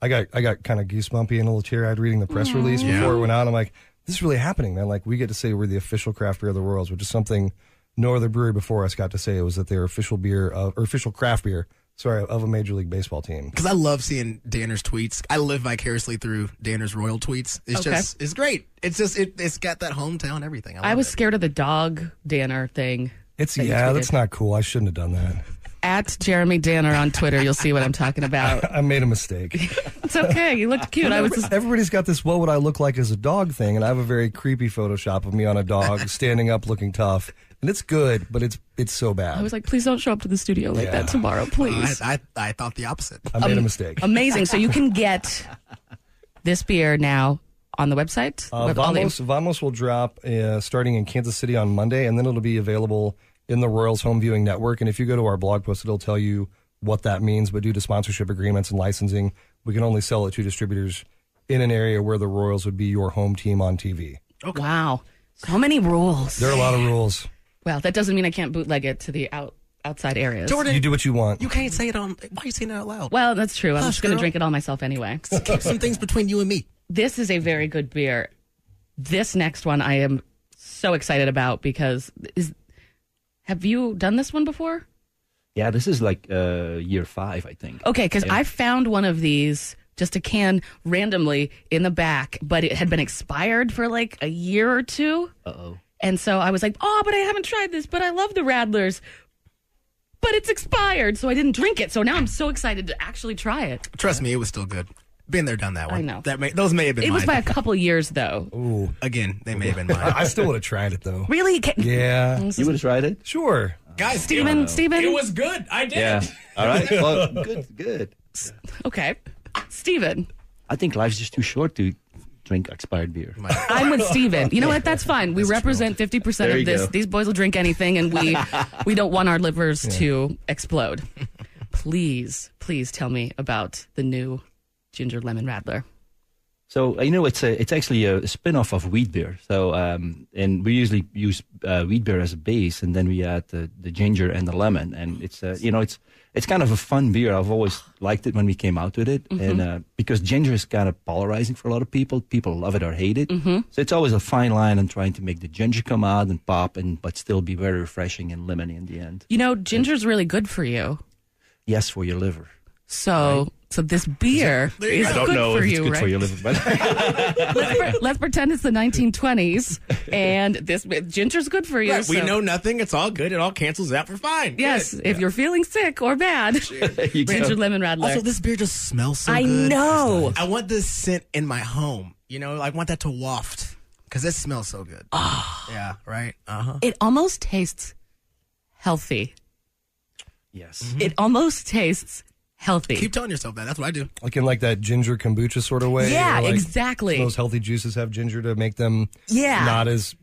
I got I got kind of goosebumpy and a little teary eyed reading the press
Aw.
release
Yeah.
before it went out. I'm like, this is really happening, man. Like, we get to say we're the official craft beer of the Royals, which is something no other brewery before us got to say. It was that they were official beer of, or official craft beer, sorry, of a Major League Baseball team.
because I love seeing Danner's tweets. I live vicariously through Danner's Royal tweets. It's
Okay.
just it's great. It's just it, it's got that hometown everything. I,
I was scared of the dog Danner thing.
It's
that you
yeah,
tweeted.
that's not cool. I shouldn't have done that.
At Jeremy Danner on Twitter, you'll see what I'm talking about.
I made a mistake.
It's okay. You looked cute. I was just
Everybody's got this "What would I look like as a dog?" thing, and I have a very creepy Photoshop of me on a dog standing up, looking tough, and it's good, but it's it's so
I
bad.
was like, please don't show up to the studio like
Yeah.
that tomorrow, please.
I, I I thought the opposite.
I made a
Am-
mistake.
Amazing. So you can get this beer now on the website.
Uh,
With all the-
Vamos Vamos will drop uh, starting in Kansas City on Monday, and then it'll be available in the Royals Home Viewing Network. And if you go to our blog post, it'll tell you what that means. But due to sponsorship agreements and licensing, we can only sell it to distributors in an area where the Royals would be your home team on TV.
Wow. So many rules.
There are a lot of rules.
Well, that doesn't mean I can't bootleg it to the out outside areas.
you do what you want.
You can't say it on. Why are you saying it out loud?
Well, that's true. I'm
Hush,
just going to
girl.
drink it all myself anyway.
Keep some things between you and me.
This is a very good beer. This next one I am so excited about because is have you done this one before?
Yeah, this is like uh, year five, I think.
Okay, because
Yeah.
I found one of these just a can randomly in the back, but it had been expired for like a year or two.
Uh oh.
And so I was like, oh, but I haven't tried this, but I love the Radlers. But it's expired, so I didn't drink it. So now I'm so excited to actually try it.
Trust me, it was still good. Been there, done that one.
I know.
that may, those may have been.
It was by
mine.
a couple years, though.
Ooh,
again, they may have been mine.
I still would have tried it though.
Really? Ca-
Yeah.
You would have tried it?
Sure.
Guys,
Steven, Steven. It
was good. I did.
Yeah. All right. Well, good, good.
Okay. Steven.
I think life's just too short to drink expired beer.
I'm with Steven. You know what? That's fine. We represent 50%
There
of
you
this.
go.
These boys will drink anything, and we we don't want our livers
Yeah.
to explode. Please, please tell me about the new ginger lemon rattler.
So uh, you know, it's a, it's actually a spin-off of wheat beer. So um, and we usually use uh, wheat beer as a base, and then we add the, the ginger and the lemon, and it's uh, you know it's it's kind of a fun beer. I've always liked it when we came out with it, and
Mhm.
uh, because ginger is kind of polarizing for a lot of people, people love it or hate it. So it's always a fine line on trying to make the ginger come out and pop, and but still be very refreshing and lemony in the end.
You know, ginger's really good for you.
Yes, for your liver.
So, so this beer
I
is
don't
good
know
for
if it's
you,
good
right?
for your liver, but
let's, pre- let's pretend it's the 1920s, and this ginger's good for you.
Right, we
so-
know nothing. It's all good. It all cancels out. We're fine.
Yes, if you're feeling sick or bad,
you go.
ginger lemon rattler.
Also, this beer just smells so
I
good.
know.
I want this scent in my home. You know, I want that to waft because this smells so good.
Ah.
yeah, right? Uh huh.
It almost tastes healthy.
Yes.
It almost tastes healthy.
Keep telling yourself that. That's what I do.
Like in like that ginger kombucha sort of way.
Yeah,
or, like,
exactly.
Those healthy juices have ginger to make them
Yeah.
not as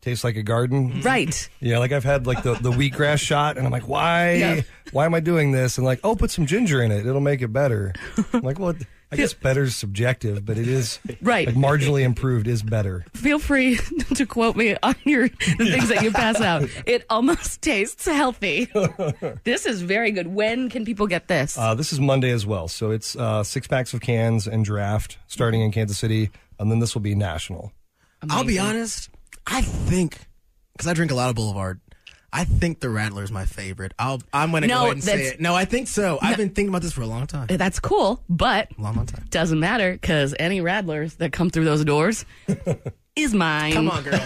taste like a garden.
Right.
Yeah, like I've had like the, the wheatgrass shot and I'm like, why
Yeah.
why am I doing this? And like, oh put some ginger in it. It'll make it better. I'm like, well I guess better is subjective, but it is
Right.
like marginally improved is better.
Feel free to quote me on your the things that you pass out. It almost tastes healthy. this is very good. When can people get this?
Uh, this is Monday as well. So it's uh, six packs of cans and draft starting in Kansas City, and then this will be national.
I'll be
Amazing.
honest. I think because I drink a lot of Boulevard. I think the Rattler's my favorite. I'll, I'm going to
No,
go ahead and say
that's-
it. No, I think so. I've been thinking about this for a long time.
That's cool, but
Long, long time.
doesn't matter because any rattlers that come through those doors is mine.
Come on, girl.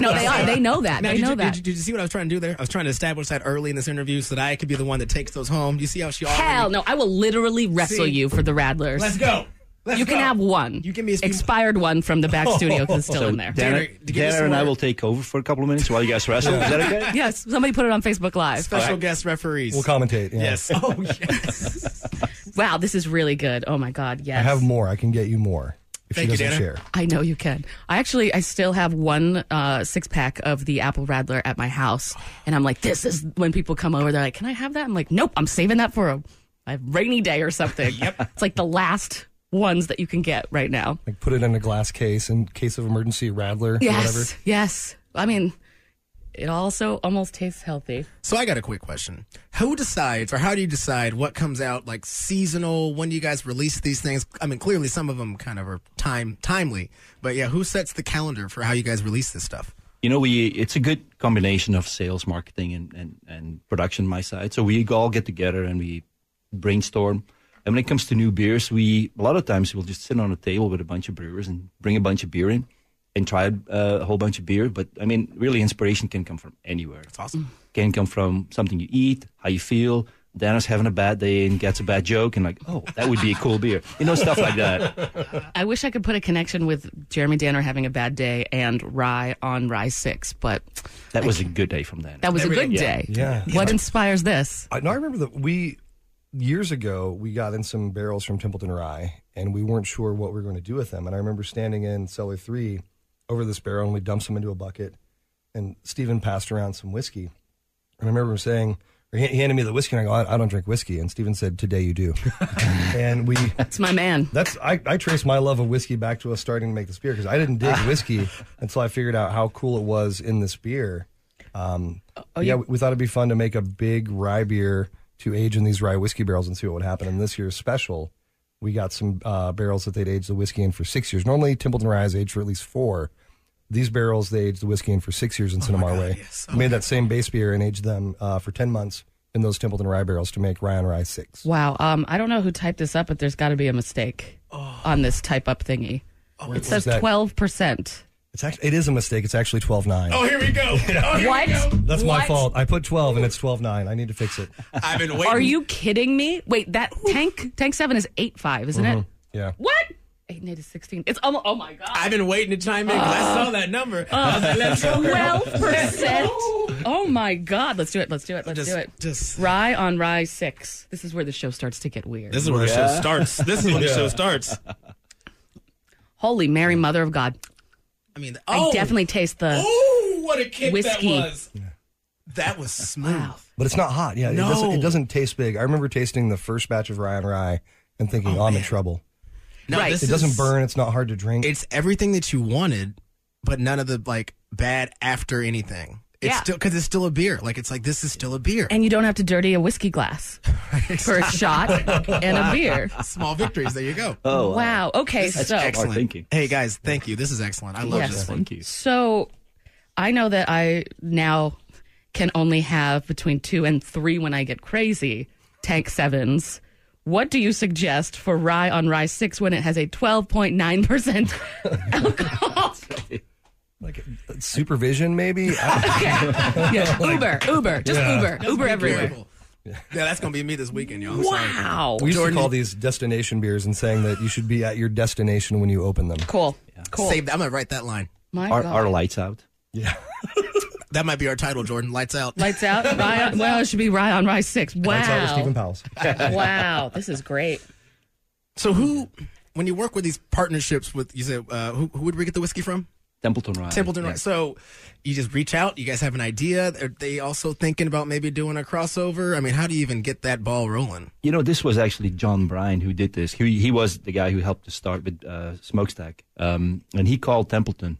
no, they are. They know that.
Now,
they
did
know
you,
that.
Did you, did you see what I was trying to do there? I was trying to establish that early in this interview so that I could be the one that takes those home. You see how she already
Hell no! I will literally wrestle
See?
you for the rattlers.
Let's go. Let's
you can
go.
have one. You give me expired one from the back studio because it's still
So
in there.
Dana, Dana and I will take over for a couple of minutes while you guys wrestle. Is that okay?
yes, somebody put it on Facebook Live.
special guest referees?
We'll commentate. yeah.
Yes. Oh, yes.
Wow, this is really good. Oh my God, yes.
I have more. I can get you more if
Thank you,
she doesn't
Dana.
share.
I know you can. I actually, I still have one uh, six pack of the Apple Rattler at my house, and I'm like, this is when people come over. They're like, "Can I have that?" I'm like, "Nope, I'm saving that for a, a rainy day or something." yep. It's like the last ones that you can get right now.
Like put it in a glass case in case of emergency rattler or
yes,
whatever.
yes. I mean, it also almost tastes healthy.
So I got a quick question. Who decides or how do you decide what comes out like seasonal? When do you guys release these things? I mean, clearly some of them kind of are time timely, but yeah, who sets the calendar for how you guys release this stuff?
you know, we it's a good combination of sales, marketing, and and, and production. My side, so we all get together and we brainstorm. And when it comes to new beers, we a lot of times we'll just sit on a table with a bunch of brewers and bring a bunch of beer in and try uh, a whole bunch of beer. But I mean, really, inspiration can come from anywhere. It's
Mm-hmm.
awesome.
Can come from something you eat, how you feel. Dana's having a bad day and gets a bad joke, and like, oh, that would be a cool beer. You know, stuff like that.
I wish I could put a connection with Jeremy Danner having a bad day and Rye on Rye Six, but
That was a good day from Dana.
that was a good day.
Yeah.
What inspires this?
I, no, I remember that we years ago we got in some barrels from Templeton Rye, and we weren't sure what we were going to do with them. And I remember standing in cellar three over this barrel, and we dumped some into a bucket. And Stephen passed around some whiskey, and I remember him saying, or he he handed me the whiskey, and I go, I, I don't drink whiskey. And Stephen said, Today you do. and we.
That's my man.
That's I, I trace my love of whiskey back to us starting to make this beer because I didn't dig whiskey until I figured out how cool it was in this beer. Um,
Oh,
yeah, we, we thought it'd be fun to make a big rye beer to age in these rye whiskey barrels and see what would happen. And this year's special, we got some uh, barrels that they'd aged the whiskey in for six years. Normally, Templeton Rye is aged for at least four. These barrels they aged the whiskey in for six years
Oh,
and sent them our way. We made that same base beer and aged them uh, for ten months in those Templeton Rye barrels to make Rye and Rye Six.
Wow. Um, I don't know who typed this up, but there's got to be a mistake on this type up thingy. it
where's
says
Oh. that?
twelve percent.
It's actually it is a mistake. It's actually twelve nine.
Oh, here we go. Oh, here we What? go.
That's my
What?
fault. I put twelve and it's twelve nine. I need to fix it.
I've been
Are you kidding me? Wait, that tank tank seven is eight five, isn't it?
Yeah.
What? Eight and eight is sixteen. It's almost. Oh my god. Uh,
I've been waiting to chime in 'cause I saw that number. I was like, let's go, girl.
Twelve percent. Oh my god. Let's do it. Let's do it. Let's do it. Just rye on rye six. This is where the show starts to get weird.
This is where the show starts. This is when the show starts.
Holy Mary, Mother of God.
I mean,
I
oh!
definitely taste the.
Oh, what a kick
Whiskey.
that was! That was smooth.
But it's not hot. Yeah, it, doesn't,
No.
it doesn't taste big. I remember tasting the first batch of rye and rye and thinking, oh, I'm in trouble.
No, Right. this
It doesn't
is-
burn. It's not hard to drink.
It's everything that you wanted, but none of the like bad after anything. It's
Yeah.
still because it's still a beer. Like it's like this is still a beer.
And you don't have to dirty a whiskey glass for a shot and a beer.
Small victories. There you go.
Oh, wow. Wow. Okay,
This is
so-
excellent.
Smart thinking.
Hey guys, thank you. This is excellent. I love this one.
So I know that I now can only have between two and three when I get crazy tank sevens. What do you suggest for rye on rye six when it has a 12.9% alcohol?
Supervision, maybe?
Yeah, Uber, Uber, just
Yeah.
Uber, Uber everywhere.
Yeah, that's gonna be me this weekend, y'all.
Wow.
We used to call these destination beers and saying that you should be at your destination when you open them.
Cool.
Cool.
Save that. I'm gonna write that line.
My
Our- God. our
lights out.
Yeah.
that might be our title, Jordan. Lights out.
Lights out. Rye on, well, it should be rye on rye six. Wow.
Lights out with Stephen Powell's.
wow. This is great.
So who, when you work with these partnerships with, you said, uh, who, who would we get the whiskey from?
Templeton Rye.
Templeton.
yeah.
Right. So you just reach out. You guys have an idea. Are they also thinking about maybe doing a crossover? I mean, how do you even get that ball rolling?
You know, this was actually John Bryan who did this. He he was the guy who helped to start with uh, Smokestack, um, and he called Templeton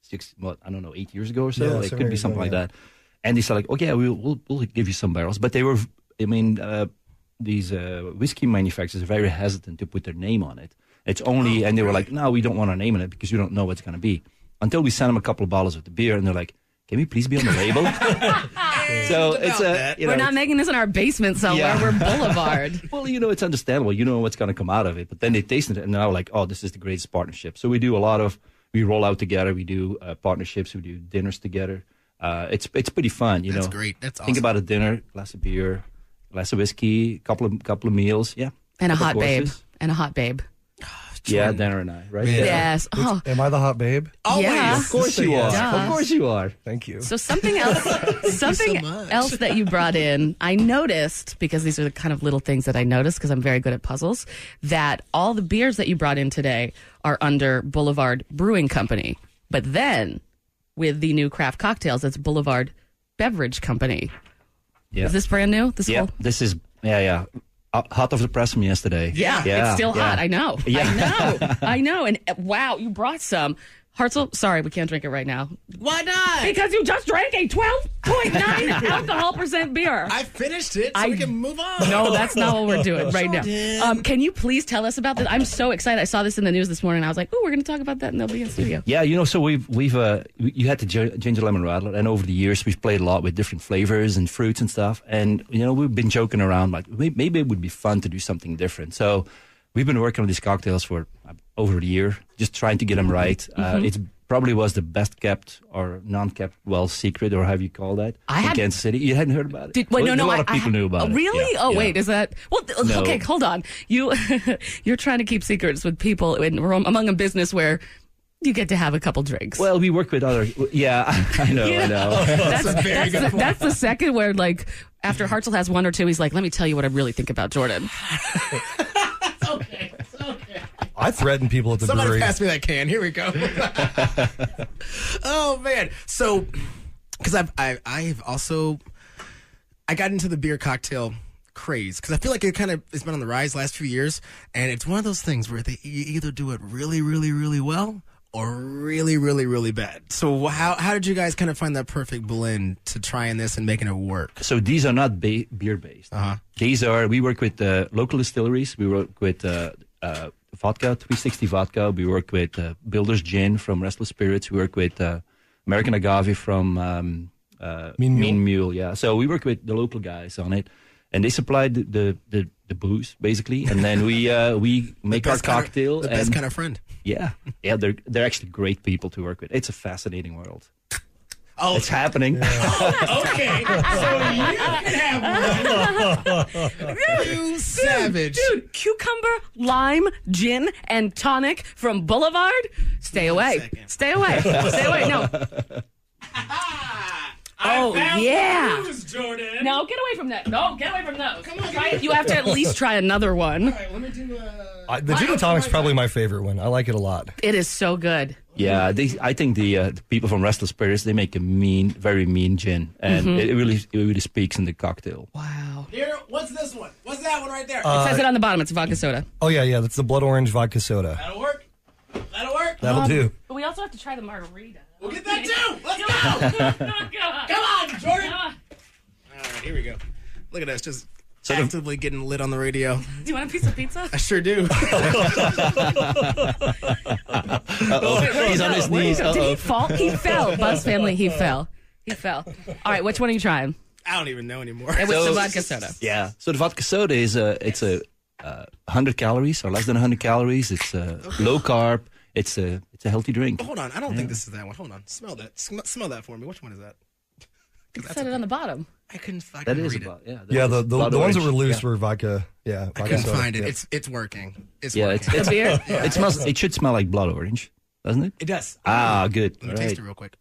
six, what I don't know, eight years ago or so.
Yeah,
Like, it
somewhere
could be something
ago,
like
yeah.
that. And they said like, okay, we'll we'll, we'll give you some barrels, but they were, I mean, uh, these uh, whiskey manufacturers are very hesitant to put their name on it. It's
Oh,
only, and they were like, no, we don't want our name on it because you don't know what's going to be. Until we sent them a couple of bottles of the beer, and they're like, can we please be on the label? so it's a, you know,
We're not making this in our basement somewhere.
Yeah.
We're Boulevard.
well, you know, it's understandable. You know what's going to come out of it. But then they tasted it and now like, oh, this is the greatest partnership. So we do a lot of, we roll out together. We do uh, partnerships. We do dinners together. Uh, it's it's pretty fun, you
That's
know.
great. That's
Think
awesome.
about a dinner, glass of beer, glass of whiskey, couple of couple of meals, yeah,
And a
Couple
hot babe.
courses.
And a hot babe.
yeah, dinner and I, right?
Yes. Oh.
Am I the hot babe?
Always. Oh, Yeah.
Of course you are.
Yes.
Of course you are.
Thank you.
So something else, something else that you brought in, I noticed because these are the kind of little things that I notice because I'm very good at puzzles. That all the beers that you brought in today are under Boulevard Brewing Company, but then with the new craft cocktails, it's Boulevard Beverage Company.
Yeah.
Is this brand new? This
yeah,
whole
this is yeah, yeah. Uh, Hot off the press from yesterday.
Yeah, it's still hot. I know. I know. I know. And uh, wow, you brought some. Hartzell, sorry, we can't drink it right now. Why not? Because you just drank a 12.9 alcohol percent beer.
I finished it, so we can move on.
No, that's not what we're doing right
Jordan.
now. Um, can you please tell us about this? I'm so excited. I saw this in the news this morning. I was like, oh, we're going to talk about that, and they'll be in studio.
Yeah, you know, so we've we've uh, we- you had the gi- ginger lemon rattler, and over the years we've played a lot with different flavors and fruits and stuff. And you know, we've been joking around like may- maybe it would be fun to do something different. So we've been working on these cocktails for uh, over a year, just trying to get them right. Uh,
Mhm.
it probably was the best kept or non kept well secret or however you call that
I
in
had-
Kansas City. You hadn't heard about it?
Did, wait,
Well,
no, no.
a lot
I-
of
I
people
ha-
knew about
oh,
it.
Really?
Yeah,
oh,
yeah.
wait. Is that well? th-
No.
Okay, hold on. You you're trying to keep secrets with people, and we're among a business where you get to have a couple drinks.
Well, Oh, we work with other. Yeah, I know, I know.
that's, that's the, that's the second where like after Hartzell has one or two, he's like, "Let me tell you what I really think about Jordan."
I threaten people at the
Somebody
brewery.
pass me that can. Here we go. oh man. So, because I've I, I've also I got into the beer cocktail craze because I feel like it kind of it's been on the rise last few years, and it's one of those things where they you either do it really really really well or really really really bad. So how how did you guys kind of find that perfect blend to trying this and making it work?
So these are not ba- beer based.
Uh-huh.
These are we work with uh, local distilleries. We work with uh, uh, vodka, 360 vodka. We work with uh, Builders Gin from Restless Spirits. We work with uh, American Agave from um, uh,
Mean Mule?
Mule. Yeah. So we work with the local guys on it, and they supply the the, the, the booze basically, and then we uh, we make our
best kind of-
cocktail.
the best
and-
kind of friend.
Yeah, yeah. They're they're actually great people to work with. It's a fascinating world.
Oh,
it's happening.
okay, so you can have
Dude,
You savage.
dude, cucumber, lime, gin, and tonic from Boulevard. Stay away. Stay away. Stay away. No. Oh, yeah.
Jordan. No, get away from that. No, get away from those. Come on,
You have to at least try another one.
uh,
I, the gin and tonic's probably my favorite one. I like it a lot.
It is so good.
Yeah, they, I think the, uh, the people from Restless Spirits they make a mean, very mean gin, and
Mhm.
it, it really it really speaks in the cocktail.
Here, what's this one? What's that one right there?
Uh,
it says it on the bottom. It's vodka soda.
Oh yeah, yeah. That's the blood orange vodka soda.
That'll work. That'll work.
That'll do.
But we also have to try the margarita. We'll
get that too. Let's
Come
on, Jordan. All right, here we go. Look at us just actively getting lit on the radio.
Do you want a piece of pizza?
I sure do.
Wait,
He's
wait, no,
on his
wait,
knees.
no. Did
Uh-oh.
he fall? He fell. Buzz family, he fell. He fell. All right, which one are you trying?
I don't even know anymore.
It was the vodka soda.
Yeah. So the vodka soda is a it's a uh, 100 calories or less than 100 calories. It's uh, low carb. It's a it's a healthy drink.
Hold on, I don't think this is that one. Hold on, smell that. Sm- smell that for me. Which one is that?
It said it on the bottom.
I couldn't find
That is about yeah.
yeah, the,
is
the,
blood
the ones that
orange.
were loose
Yeah.
were vodka. Yeah,
I
vodka
couldn't
soda.
find it.
Yeah.
It's it's working. It's
yeah,
working.
it's, it's, it smells. It should smell like blood orange, doesn't it?
It does.
Ah, good.
Let me
All
taste
right.
it real quick.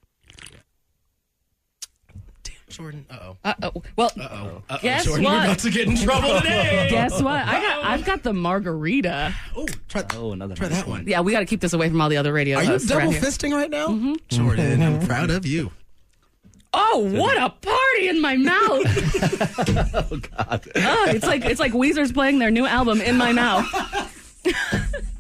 Damn, Jordan. Uh oh.
Uh oh. Well,
Uh-oh. Uh-oh,
guess
Jordan,
what?
you're about to get in trouble today.
Guess what? I got. I've got the margarita.
Oh, try,
oh another
try that one.
Yeah, we got to keep this away from all the other radio.
Are you
hosts around
double
here.
fisting right now, Jordan? I'm proud of you.
Oh, what a party in my mouth! oh God! it's like it's like Weezer's playing their new album in my mouth.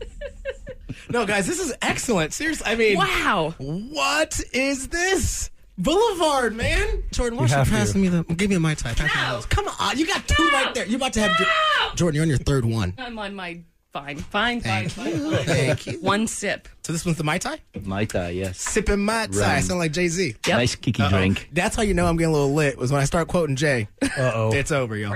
No, guys, this is excellent. Seriously, I mean,
wow.
What is this? Boulevard, man. Jordan, why don't
You
you
have
pass
to.
me the? Give me my type. No. Come on, you got two right there. You're about to have your, Jordan. You're on your third one.
I'm on my fine, fine, fine,
Thank
fine.
you. Thank you.
One sip.
So this one's the mai tai.
Mai tai, yes.
Sipping mai tai. I
Rum.
sound like Jay Z.
Nice kiki drink.
That's how you know I'm getting a little lit. Was when I start quoting Jay. Uh oh. It's over, y'all.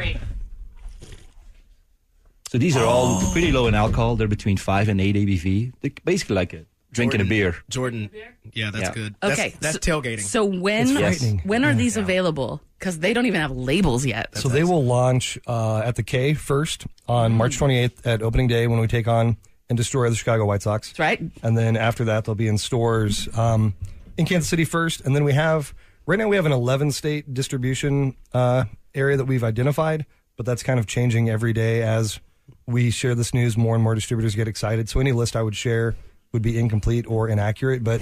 So these are all pretty low in alcohol. They're between five and eight ABV. They're basically like a drinking a
Jordan-
beer.
Jordan. Yeah, that's
Yeah.
good. That's,
Okay,
that's
so-
tailgating.
So when
It's frightening.
when are these available? Because they don't even have labels yet.
So they will launch uh, at the K first on March 28th at opening day when we take on and destroy the Chicago White Sox. That's
right.
And then after that, they'll be in stores um, in Kansas City first. And then we have, right now, we have an 11 state distribution uh, area that we've identified, but that's kind of changing every day as we share this news. More and more distributors get excited. So any list I would share would be incomplete or inaccurate. But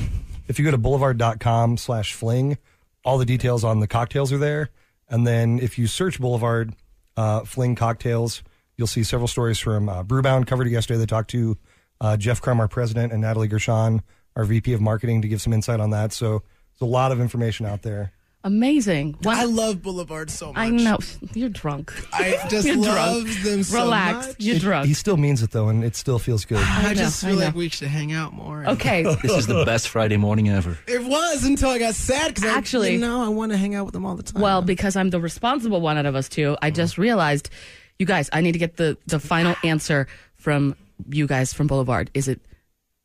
if you go to boulevard.com slash fling, all the details on the cocktails are there. And then if you search Boulevard uh, Fling Cocktails, you'll see several stories from uh, Brewbound covered it yesterday. They talked to uh, Jeff Crum, our president, and Natalie Gershon, our VP of marketing, to give some insight on that. So there's a lot of information out there.
Amazing. Wow.
I love Boulevard so much.
I know you're drunk.
I just
You're
love
drunk.
them so
Relax.
much.
You're
It-
drunk.
He still means it though, and it still feels good.
I
I,
know,
just
I
feel
know.
like we should hang out more.
Okay.
This is the best Friday morning ever.
It was until I got sad because
Actually-
you know, I want to hang out with them all the time.
Well, because I'm the responsible one out of us two, I just realized, you guys, I need to get the the final answer from you guys from Boulevard. Is it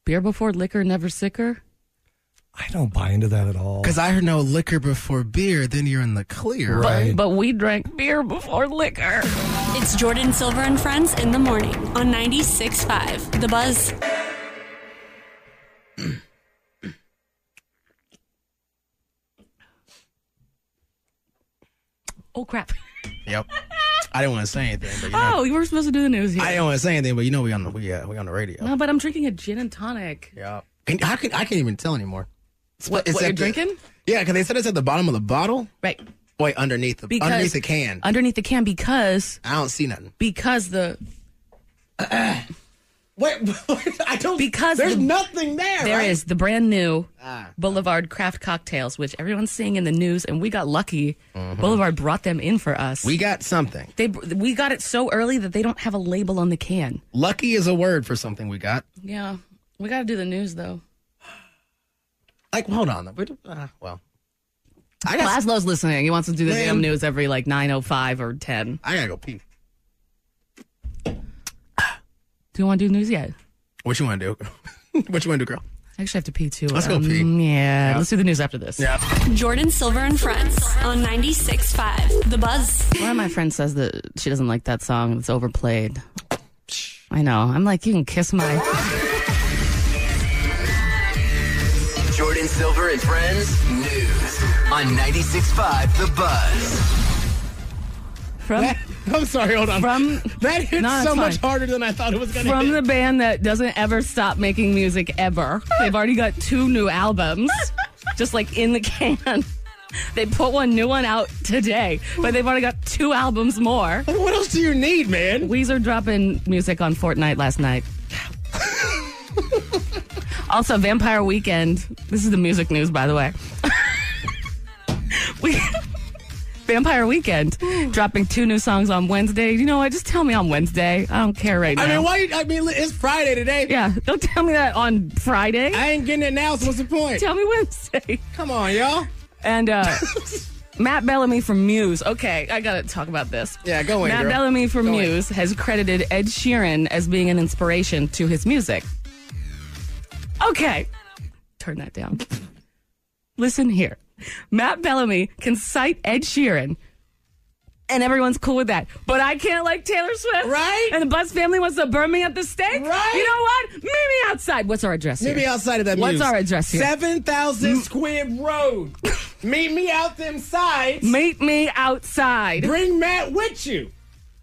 beer before liquor, never sicker?
I don't buy into that at all.
because I heard no liquor before beer, then you're in the clear, right?
But we drank beer before liquor.
It's Jordan Silver and Friends in the morning on 96.5 The Buzz.
Oh crap!
Yep. I didn't want to say anything, but you know,
Oh, you were supposed to do the news here.
I didn't want to say anything, but you know, we on the we uh, we on the radio.
No, but I'm drinking a gin and tonic.
Yeah. Can, how can I can't even tell anymore? It's-
What,
it's
what you're
at the-
drinking?
Yeah, because they said it's at the bottom of the bottle.
Right.
Wait, underneath the
Because
underneath the can.
Underneath the can because
I don't see nothing.
because the
Wait, I don't.
Because
there's
the-
nothing there.
There
right?
is the brand new
Ah.
Boulevard Craft Cocktails, which everyone's seeing in the news, and we got lucky. Boulevard brought them in for us.
Mm-hmm. We got something.
they we got it so early that they don't have a label on the can.
Lucky is a word for something we got.
Yeah, we got to do the news though.
Like, hold on. We're- Uh, well, I got
Laszlo's listening. He wants to do the
Man.
damn news every like nine oh five or ten.
I gotta go pee.
Do you want to do news yet?
What you want to do? what you want to do, girl?
I actually have to pee too. Um,
Let's go pee.
Yeah,
Yeah.
let's do the news after this.
Yeah.
Jordan Silver and Friends on 96.5 The Buzz.
One of my friends says that she doesn't like that song. It's overplayed. I know. I'm like, you can kiss my.
Jordan Silver and Friends News on 96.5 The Buzz.
From
I'm sorry, hold on.
From
that hits
No, it's
so much
fine.
harder than I thought it was going to.
from the band that doesn't ever stop making music ever. They've already got two new albums, just like in the can. They put one new one out today, but they've already got two albums more.
What else do you need, man?
Weezer dropping music on Fortnite last night. also, Vampire Weekend. This is the music news, by the way. we. Vampire Weekend dropping two new songs on Wednesday. You know what? Just tell me on Wednesday. I don't care right now.
I mean, why? I mean, it's Friday today.
Yeah, don't tell me that on Friday.
I ain't getting it now. So what's the point?
Tell me Wednesday.
Come on, y'all.
And uh, Matt Bellamy from Muse. Okay, I gotta talk about this.
Yeah, go in,
Matt
girl.
Bellamy from
Go in.
Muse has credited Ed Sheeran as being an inspiration to his music. Okay, turn that down. Listen here, Matt Bellamy can cite Ed Sheeran. And everyone's cool with that. But I can't like Taylor Swift.
Right?
And the Buzz family wants to burn me at the stake.
Right?
You know what? Meet me outside. What's our address here?
Meet me outside of that.
What's
Muse.
our address here?
Seven thousand Squid Road. Meet me out them sides.
Meet me outside.
Bring Matt with you.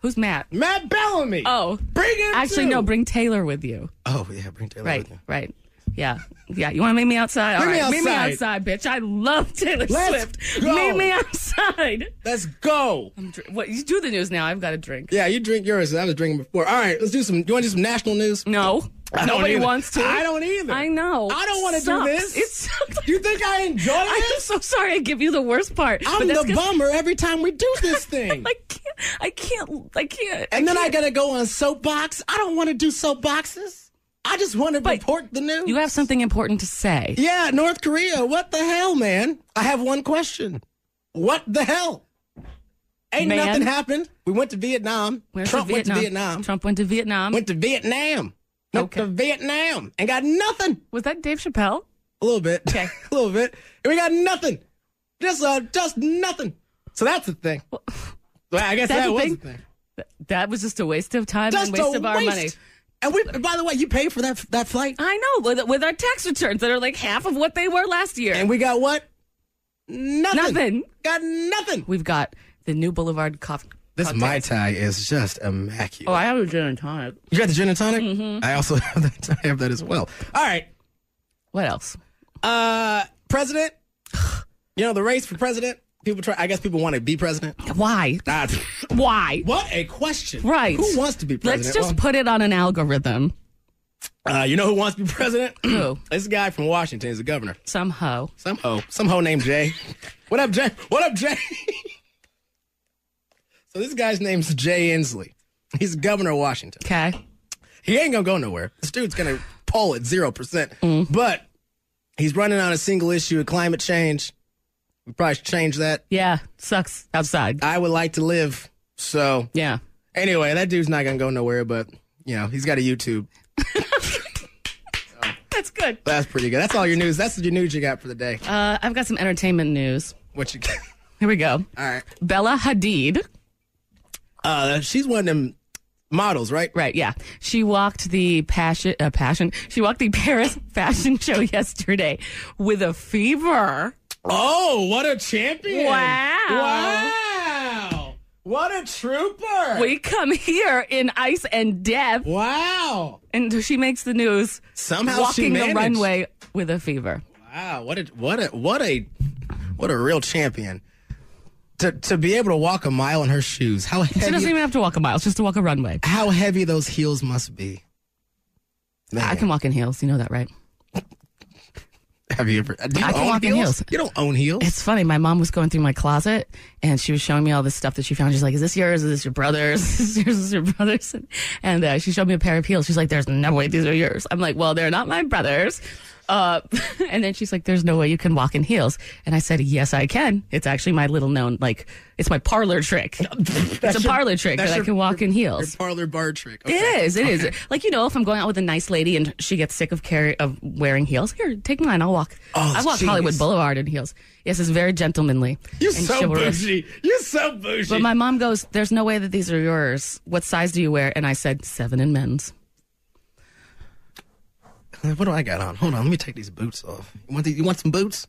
Who's Matt?
Matt Bellamy.
Oh,
bring him.
Actually,
too.
no, bring Taylor with you.
Oh yeah, bring Taylor.
right, right. Yeah, yeah. You want to meet me outside? All
Meet me
right, meet me
outside.
outside, bitch. I love Taylor
Let's
Swift.
go.
Meet me outside.
Let's go.
I'm dr- what you do the news now? I've got a drink.
Yeah, you drink yours. I was drinking before. All right, let's do some. Do you want to do some national news?
No,
I don't
nobody
either.
wants to.
I don't either.
I know.
I don't want to do
Sucks.
this.
It sucks.
Do you think I enjoy
I'm
this?
so sorry. I give you the worst part. but
I'm
that's
the
'cause
bummer every time we do this thing.
I can't. I can't. I can't.
and then I
can't.
gotta go on soapbox. I don't want to do soapboxes. I just want to report the news.
You have something important to say.
yeah, North Korea. What the hell, man? I have one question. What the hell? Ain't
Man.
nothing happened. We went to Vietnam.
Where's
Trump
the
went to Vietnam.
Trump went to Vietnam.
Went to Vietnam. Went
Okay.
to Vietnam and got nothing.
Was that Dave Chappelle?
A little bit.
Okay.
a little bit. And we got nothing. Just uh, just nothing. So that's the thing. Well, I guess
that's
that
the
was
thing?
the thing.
Th- That was just a waste of time
Just
and waste
a
of our
waste.
money.
And we, and by the way, you paid for that that flight,
I know with, with our tax returns that are like half of what they were last year.
and we got what? Nothing.
Nothing.
Got nothing.
We've got the new Boulevard coffee.
tie is just immaculate.
Oh, I Mm-hmm. have a gin and tonic.
You got the gin and tonic. I also have that. I have that as well. All right.
What else?
Uh, president. You know the race for president. People try. I guess people want to be president.
Why?
Ah,
Why?
what a question.
Right.
Who wants to be president?
Let's just
Well,
put it on an algorithm.
Uh, you know who wants to be president?
Who?
this guy from Washington is the governor.
Some hoe.
Some hoe. Some hoe named Jay. What up, Jay? What up, Jay? so this guy's name's Jay Inslee. He's governor of Washington.
Okay.
He ain't gonna go nowhere. This dude's gonna poll at zero percent.
Mm.
But he's running on a single issue of climate change. We probably should change that.
Yeah. Sucks outside.
I would like to live. So
Yeah.
anyway, that dude's not gonna go nowhere, but you know, he's got a YouTube.
That's good.
That's pretty good. That's all your news. That's your news you got for the day.
Uh, I've got some entertainment news.
What you got?
Here we go.
All right.
Bella Hadid.
Uh, she's one of them models, right?
Right, yeah. She walked the passion, uh, passion. She walked the Paris fashion show yesterday with a fever.
Oh, what a champion!
Wow.
Wow! What a trooper!
We come here in ice and death,
wow!
and she makes the news
Somehow she
walking the
managed.
runway with a fever.
Wow! What a what a what a what a real champion! To to be able to walk a mile in her shoes, how
She doesn't
heavy
even have to walk a mile; it's just to walk a runway.
how heavy those heels must be. Man,
I can walk in heels. You know that, right?
have you ever? Do you
I can
own
walk in
heels?
heels.
You don't own heels.
It's funny. My mom was going through my closet and she was showing me all this stuff that she found. She's like, "Is this yours? Is this your brother's? Is this yours? Is this your brother's?" And, and uh, she showed me a pair of heels. She's like, "There's no way these are yours." I'm like, "Well, they're not my brother's." Uh, and then she's like, "There's no way you can walk in heels." And I said, "Yes, I can. It's actually my little known like it's my parlor trick. it's a parlor trick that
that's
I
your-
can walk in
Your
heels."
parlor bar trick.
It
Okay.
is. It is. Like you know, if I'm going out with a nice lady and she gets sick of carry of wearing heels, here, take mine. I'll walk.
Oh,
I walk
genius.
Hollywood Boulevard in heels. Yes, it's very gentlemanly.
You're
and
so
chivalrous.
bougie. You're so bougie.
But my mom goes, "There's no way that these are yours. What size do you wear?" And I said, seven in men's."
What do I got on? Hold on, let me take these boots off. You want, these, you want some boots?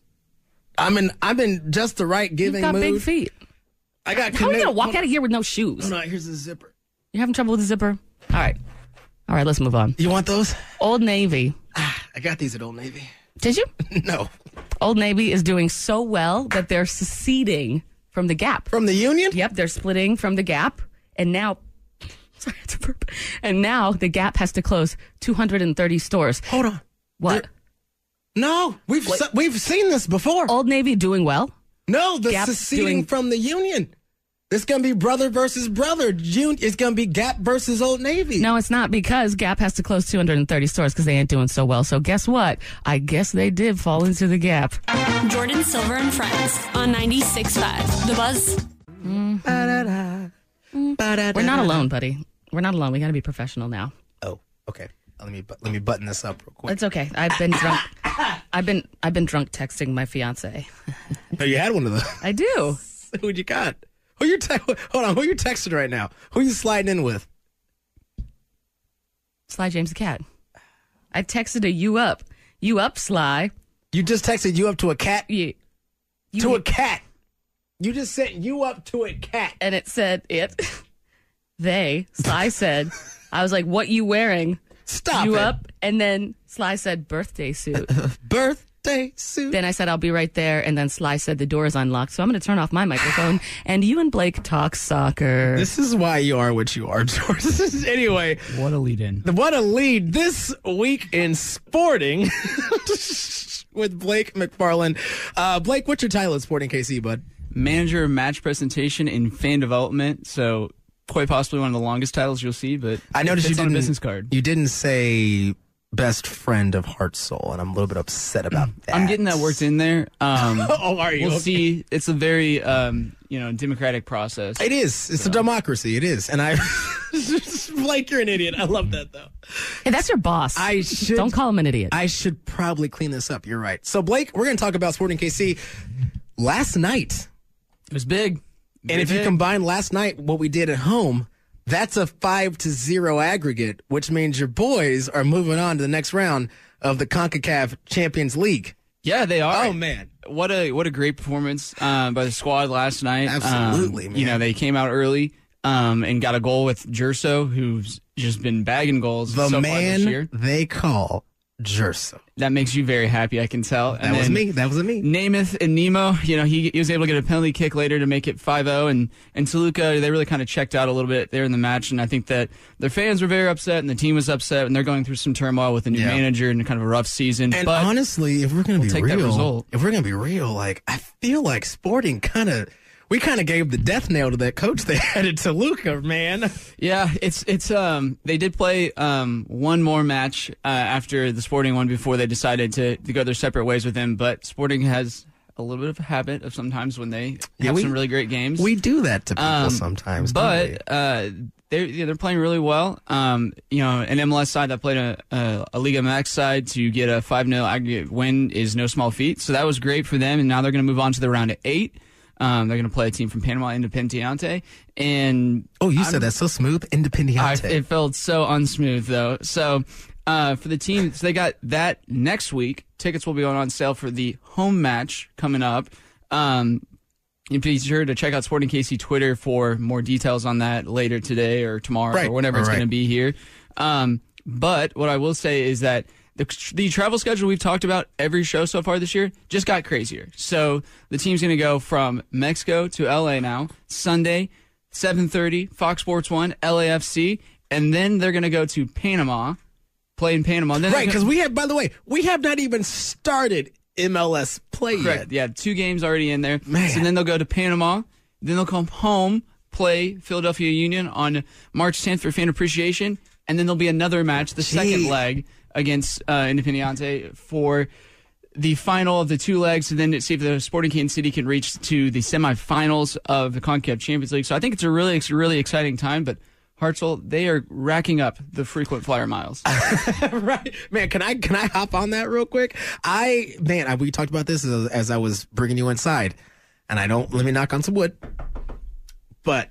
I'm in. I'm in just the right giving.
got big
mood.
feet.
I got.
How are you
canoe-
gonna walk
Hold
out
on.
of here with no shoes?
Hold on, here's the zipper.
You're having trouble with the zipper. All right, all right. Let's move on.
You want those?
Old Navy.
I got these at Old Navy.
Did you?
no.
Old Navy is doing so well that they're seceding from the Gap.
From the union?
Yep, they're splitting from the Gap, and now. Sorry, it's a burp. And now the Gap has to close 230 stores.
Hold on.
What?
no, we've se- we've seen this before.
Old Navy doing well.
No, the
Gap's
seceding
Oh, doing-
from the union. It's gonna be brother versus brother. June. It's gonna be Gap versus Old Navy.
No, it's not because Gap has to close 230 stores because they ain't doing so well. So guess what? I guess they did fall into the Gap.
Jordan Silver and Friends on 96.5. The Buzz.
We're not alone, buddy. We're not alone. We got to be professional now.
Oh, Okay, let me bu- let me button this up real quick.
It's okay. I've been drunk. I've been I've been drunk texting my fiance.
No, you had one of those.
I do.
Who'd you got? Who you te- hold on? Who you texting right now? Who you sliding in with?
Sly James the Cat. I texted a you up. You up, Sly.
You just texted you up to a cat.
You,
to a cat. You just sent you up to a cat.
And it said it. they. Sly said. I was like, what you wearing?
Stop
You
it.
up. And then Sly said birthday suit.
birthday suit.
Then I said, I'll be right there. And then Sly said the door is unlocked. So I'm going to turn off my microphone and you and Blake talk soccer.
This is why you are what you are, George. This is- anyway.
What a lead in.
What a lead this week in sporting with Blake McFarland. Uh, Blake, what's your title at Sporting KC, bud?
Manager of match presentation and fan development. So quite possibly one of the longest titles you'll see, but
I noticed
it
you
fits on
didn't
a business card.
You didn't say best friend of Heart Soul, and I'm a little bit upset about that.
I'm getting that worked in there. Um,
Oh, are you?
We'll
Okay.
see. It's a very um, you know democratic process.
It is. It's a democracy. It is, and I. Blake, you're an idiot. I love that though.
Hey, that's your boss.
I should
Don't call him an idiot.
I should probably clean this up. You're right. So Blake, we're going to talk about Sporting KC last night.
It was big.
and
Very
if you
big.
combine last night what we did at home, that's a 5 to 0 aggregate, which means your boys are moving on to the next round of the CONCACAF Champions League.
Yeah, they are.
Oh, man.
what a what a great performance um, by the squad last night. Um,
Absolutely, man.
You know they came out early um, and got a goal with Jerso, who's just been bagging goals
The
so far this
man
year.
they call Jerso.
That makes you very happy, I can tell.
That was me. That was me.
Namath and Nemo, you know, he, he was able to get a penalty kick later to make it 5-0. And, and Toluca, they really kind of checked out a little bit there in the match. And I think that their fans were very upset and the team was upset. And they're going through some turmoil with a new
Yeah.
manager and kind of a rough season.
And
but
honestly, if we're going to
we'll
be
take
real,
that result.
if we're going to be real, like I feel like Sporting kind of we kind of gave the death nail to that coach they had at Toluca, man.
Yeah, it's it's um they did play um one more match uh, after the Sporting one before they decided to, to go their separate ways with him. But Sporting has a little bit of a habit of sometimes when they
Yeah,
have
we-
some really great games.
We do that to people
Um,
sometimes, don't we?
but uh, they're yeah, they're playing really well. Um, you know, an MLS side that played a a, a Liga MX side to get a five 0 aggregate win is no small feat. So that was great for them, and now they're going to move on to the round of eight. Um, they're going to play a team from Panama, Independiente, and
Oh, you
I'm-
said that so smooth, Independiente.
I, it felt so unsmooth though. So uh, for the team, so they got that next week. Tickets will be on, on sale for the home match coming up. Um, and be sure to check out Sporting KC Twitter for more details on that later today or tomorrow
Right.
or whenever it's
All right.
going to be here. Um, but what I will say is that the, the travel schedule we've talked about every show so far this year just got crazier. So the team's going to go from Mexico to LA now Sunday, 7:30, Fox Sports One, LAFC, and then they're going to go to Panama, play in Panama. Then they're
right,
gonna-
because we have. By the way, we have not even started MLS play
Correct. Yeah, two games already in there.
Man.
So then they'll go to Panama. Then they'll come home, play Philadelphia Union on March 10th for fan appreciation, and then there'll be another match, the second leg against uh, Independiente for the final of the two legs, and then to see if the Sporting Kansas City can reach to the semifinals of the Concacaf Champions League. So I think it's a really, it's a really exciting time, but. Hartzell, they are racking up the frequent flyer miles.
right, man. Can I can I hop on that real quick? I man, I, we talked about this as, as I was bringing you inside, and I don't. Let me knock on some wood. But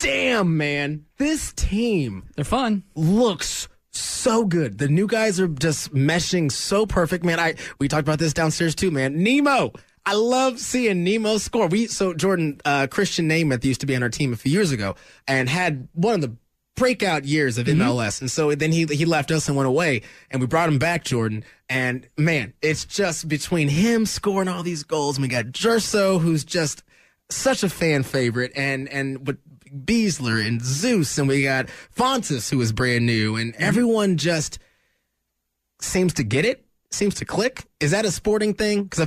damn, man, this team
They're fun.
looks. So so good. The new guys are just meshing so perfect, man. I we talked about this downstairs too, man. Nemo. I love seeing Nemo score. We so Jordan uh, Christian Namath used to be on our team a few years ago and had one of the breakout years of MLS, and so then he he left us and went away, and we brought him back, Jordan. And man, it's just between him scoring all these goals, and we got Gerso, who's just such a fan favorite, and and with Beasler and Zeus, and we got Fontas, who is brand new, and everyone just seems to get it, seems to click. Is that a sporting thing? Because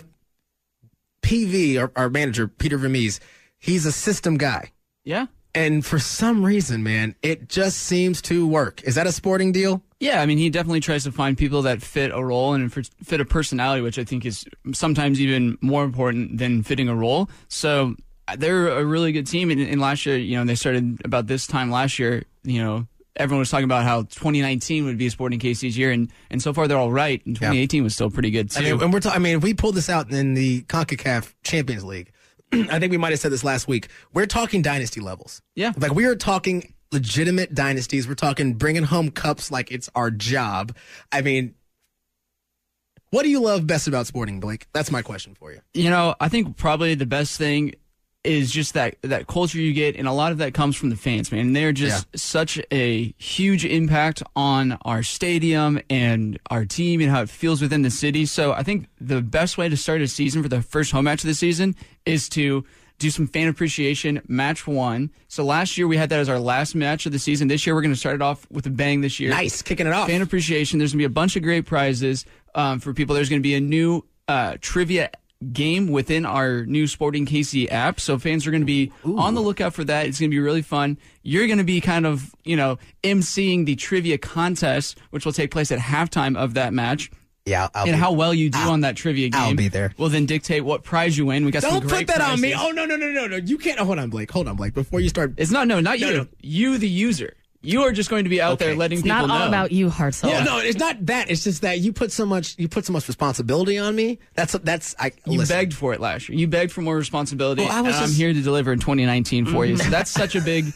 PV, our, our manager Peter Vermees, he's a system guy.
Yeah.
And for some reason, man, it just seems to work. Is that a sporting deal?
Yeah, I mean, he definitely tries to find people that fit a role and fit- fit a personality, which I think is sometimes even more important than fitting a role. So uh, they're a really good team. And, and last year, you know, they started about this time last year, you know, everyone was talking about how 2019 would be a Sporting KC's year. And, and so far, they're all right. And 2018 was still pretty good, too.
I mean, and we're ta- I mean, if we pull this out in the CONCACAF Champions League, I think we might have said this last week. We're talking dynasty levels.
Yeah.
Like we are talking legitimate dynasties. We're talking bringing home cups like it's our job. I mean, what do you love best about sporting, Blake? That's my question for you.
You know, I think probably the best thing is just that that culture you get, and a lot of that comes from the fans, man. And they're just such a huge impact on our stadium and our team and how it feels within the city. So I think the best way to start a season for the first home match of the season is to do some fan appreciation match one. So last year we had that as our last match of the season. This year we're going to start it off with a bang. This year,
Nice, kicking it off.
Fan appreciation. There's going to be a bunch of great prizes um, for people. There's going to be a new uh, trivia game within our new Sporting KC app. So fans are going to be on the lookout for that. It's going to be really fun. You're going to be kind of, you know, emceeing the trivia contest, which will take place at halftime of that match.
Yeah, I'll
and
be-
how well you do on that trivia game.
I'll be there.
Will then dictate what prize you win. We got some
Don't
great
put that on me.
prizes.
Oh no, no, no, no, no. You can't. Hold on, Blake. Hold on, Blake. Before you start,
It's not no, not
No,
you.
no.
You the user. You are just going to be out there letting
It's
people
not
know.
all about
you, heart
Yeah, no, it's not that. It's just that you put so much you put so much responsibility on me. That's that's I
You
listen.
begged for it last year. You begged for more responsibility.
Well, I was
and I'm
just-
here to deliver in 2019 for you.
Mhm.
So
Mm-hmm.
that's such a big,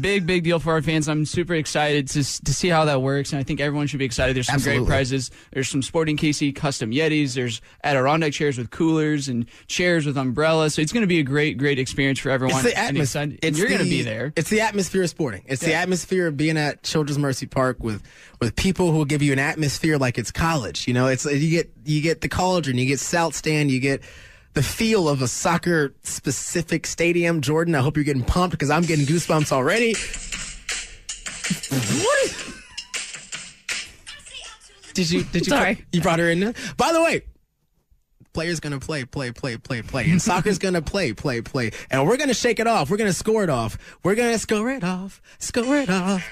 big, big deal for our fans. I'm super excited to s- to see how that works, and I think everyone should be excited. There's some
Absolutely.
great prizes. There's some Sporting KC custom Yetis. There's Adirondack chairs with coolers and chairs with umbrellas. So it's going to be a great, great experience for everyone.
It's the
And
atmosphere.
excited- and you're going to be there.
It's the atmosphere of sporting. It's the
Yeah.
atmosphere of being at Children's Mercy Park with with people who will give you an atmosphere like it's college. You know, it's you get you get the cauldron, you get South Stand, you get the feel of a soccer specific stadium. Jordan, I hope you're getting pumped because I'm getting goosebumps already. what? is- Did you did you
Sorry.
you brought her in? there? By the way, player's gonna play, play, play, play, play, and soccer's gonna play, play, play, and we're gonna shake it off. We're gonna score it off. We're gonna score it off, score it off,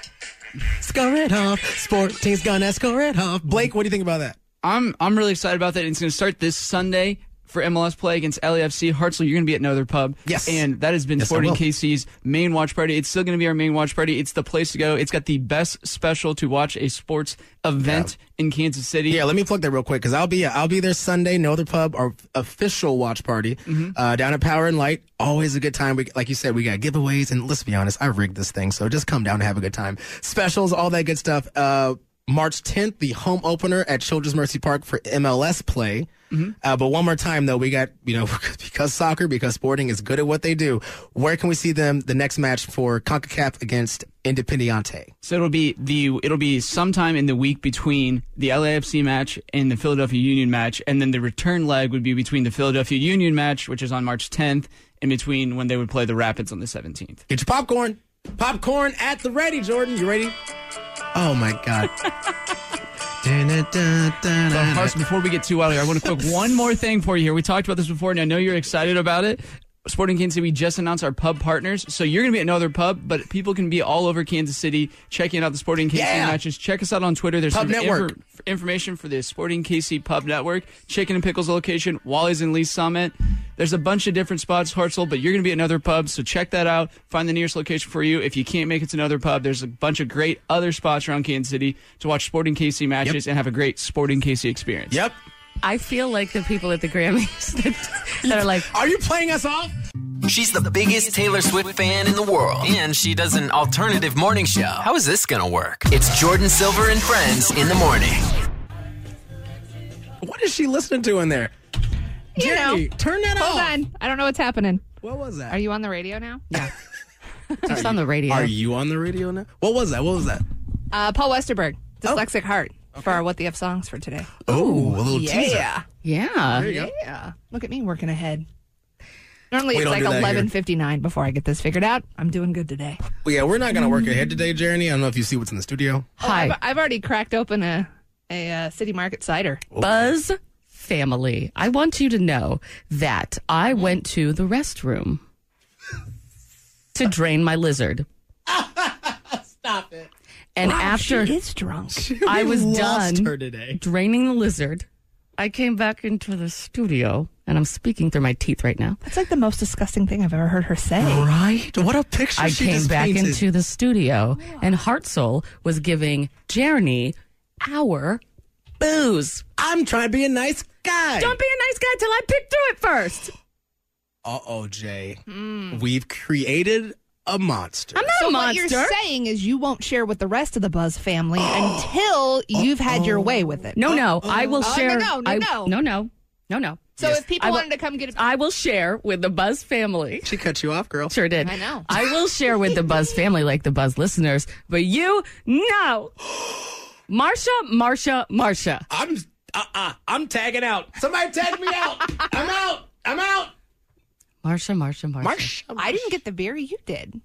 score it off. Sport team's gonna score it off. Blake, what do you think about that?
I'm I'm really excited about that. It's going to start this Sunday for MLS play against LAFC. Hartzell, you're going to be at another pub.
Yes.
And that has been
Yes, I
Sporting
will.
KC's main watch party. It's still going to be our main watch party. It's the place to go. It's got the best special to watch a sports event in Kansas City.
Yeah, let me plug that real quick because I'll be I'll be there Sunday. No other pub, our official watch party uh, down at Power and Light. Always a good time. We, like you said, we got giveaways, and let's be honest, I rigged this thing, so just come down and have a good time. Specials, all that good stuff. Uh, March 10th, the home opener at Children's Mercy Park for MLS play. Uh, but one more time though, we got you know because soccer, because sporting is good at what they do. Where can we see them the next match for Concacaf against Independiente?
So it'll be the it'll be sometime in the week between the LAFC match and the Philadelphia Union match, and then the return leg would be between the Philadelphia Union match, which is on March 10th, and between when they would play the Rapids on the 17th.
Get your popcorn. Popcorn at the ready, Jordan. You ready? Oh my god.
So, Carson, before we get too out of here, I want to quick one more thing for you here. We talked about this before, and I know you're excited about it. Sporting Kansas City, we just announced our pub partners. So you're going to be at another pub, but people can be all over Kansas City checking out the Sporting KC
Yeah.
matches. Check us out on Twitter. There's
Pub
some
Network.
infor- information for the Sporting KC Pub Network, Chicken and Pickles location, Wally's and Lee's Summit. There's a bunch of different spots, Hartzell, but you're going to be at another pub. So check that out. Find the nearest location for you. If you can't make it to another pub, there's a bunch of great other spots around Kansas City to watch Sporting KC matches and have a great Sporting KC experience.
Yep.
I feel like the people at the Grammys that, that are like,
Are you playing us off?
She's the biggest Taylor Swift fan in the world, and she does an alternative morning show. How is this going to work? It's Jordan Silver and Friends in the morning.
What is she listening to in there?
You
Jenny,
know.
turn that
Hold
off.
on. I don't know what's happening.
What was that?
Are you on the radio now?
Just on the radio. Are you on the radio now? What was that? What was that?
Uh, Paul Westerberg, Dyslexic
Oh.
Heart, for our What the F songs for today.
Oh, a little
yeah.
teaser.
Yeah.
There you go.
Yeah. Look at me working ahead. Normally
We
it's
don't
like
do that here.
11:59 before I get this figured out. I'm doing good today. Oh,
Well, yeah, we're not going to work ahead today, Jeremy. I don't know if you see what's in the studio.
Hi. I've, I've already cracked open a a uh, city market cider.
Buzz family, I want you to know that I went to the restroom to drain my lizard.
Stop it.
And
Wow,
after
she is drunk.
I was
We
done
lost
her today.
draining the lizard. I came back into the studio and I'm speaking through my teeth right now.
That's like the most disgusting thing I've ever heard her say.
Right? What a picture
I
she
came
just
back
painted.
into the studio and Hartzell was giving Jeremy our booze.
I'm trying to be a nice guy.
Don't be a nice guy till I pick through it first.
Uh oh, Jay.
Hmm.
We've created a monster.
so what you're saying is you won't share with the rest of the Buzz family until you've had your way with it.
No, no, I will
Oh,
share.
No, no, no,
I-
no.
no, no, no, no.
So if people
I will-
wanted to come get a
I will share with the Buzz family.
She cut you off, girl.
Sure did.
I know.
I will share with the Buzz family, like the Buzz listeners, but you, no. Marsha, Marsha, Marsha.
I'm uh uh-uh, I'm tagging out. Somebody tag me out. I'm out. I'm out.
Marsha, Marsha, Marsha.
I didn't get the beer. You did.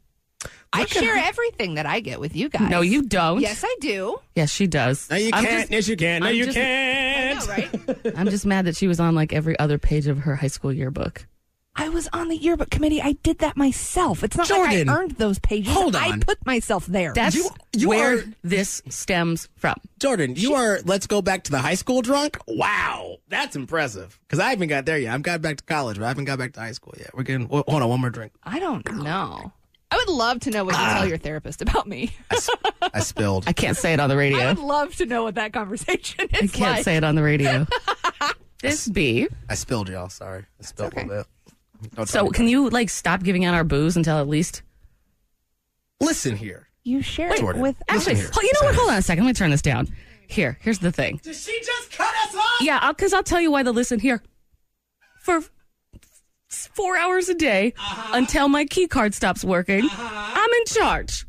I share everything that I get with you guys.
No, you don't.
Yes, I do.
Yes, she does. No,
you can't. yes, you can. No,
I'm
you
just-
can't.
I'm just mad that she was on like every other page of her high school yearbook.
I was on the yearbook committee. I did that myself. It's not like
Jordan.
I earned those pages.
Hold
I
on.
put myself there.
That's where
are-
this stems from.
Jordan, you are let's go back to the high school drunk? Wow. That's impressive. Because I haven't got there yet. I've got back to college, but I haven't got back to high school yet. We're getting well, hold on, one more drink.
I don't know. I would love to know what you
Ah.
tell your therapist about me.
I spilled.
I can't say it on the radio.
I would love to know what that conversation is
I can't
like.
say it on the radio. this B.
I spilled y'all, sorry. I spilled a little bit. Don't tell
So
me.
can you like stop giving out our booze until at least
listen here.
You share
Wait, actually?
Listen here.
Hold, you know what? Hold on a second. Let me turn this down. Here, here's the thing.
Did she just cut us off?
Yeah, I'll, cause I'll tell you why the listen here for f- four hours a day
Uh-huh.
until my key card stops working. I'm in charge.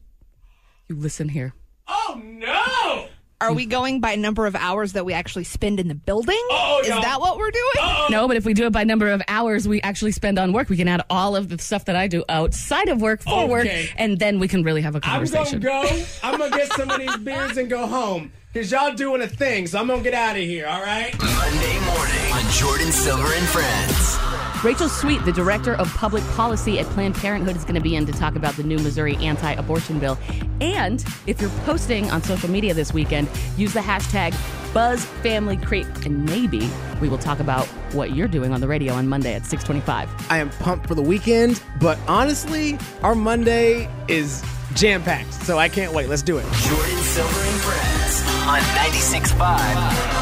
You listen here.
Oh no! Are we going by number of hours that we actually spend in the building? Oh, is that what we're doing?
No, but if we do it by number of hours we actually spend on work, we can add all of the stuff that I do outside of work for work,
Okay.
and then we can really have a
I'm gonna
conversation.
go. I'm gonna get some of these beers and go home. Cause y'all doing a thing, so I'm gonna get out of here, all right?
Monday morning on Jordan Silver and Friends.
Rachel Sweet, the director of public policy at Planned Parenthood, is going to be in to talk about the new Missouri anti abortion bill. And if you're posting on social media this weekend, use the hashtag BuzzFamilyCreep. And maybe we will talk about what you're doing on the radio on Monday at 625.
I am pumped for the weekend, but honestly, our Monday is jam packed, so I can't wait. Let's do it.
Jordan Silver and Friends on 96.5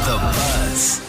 The Buzz.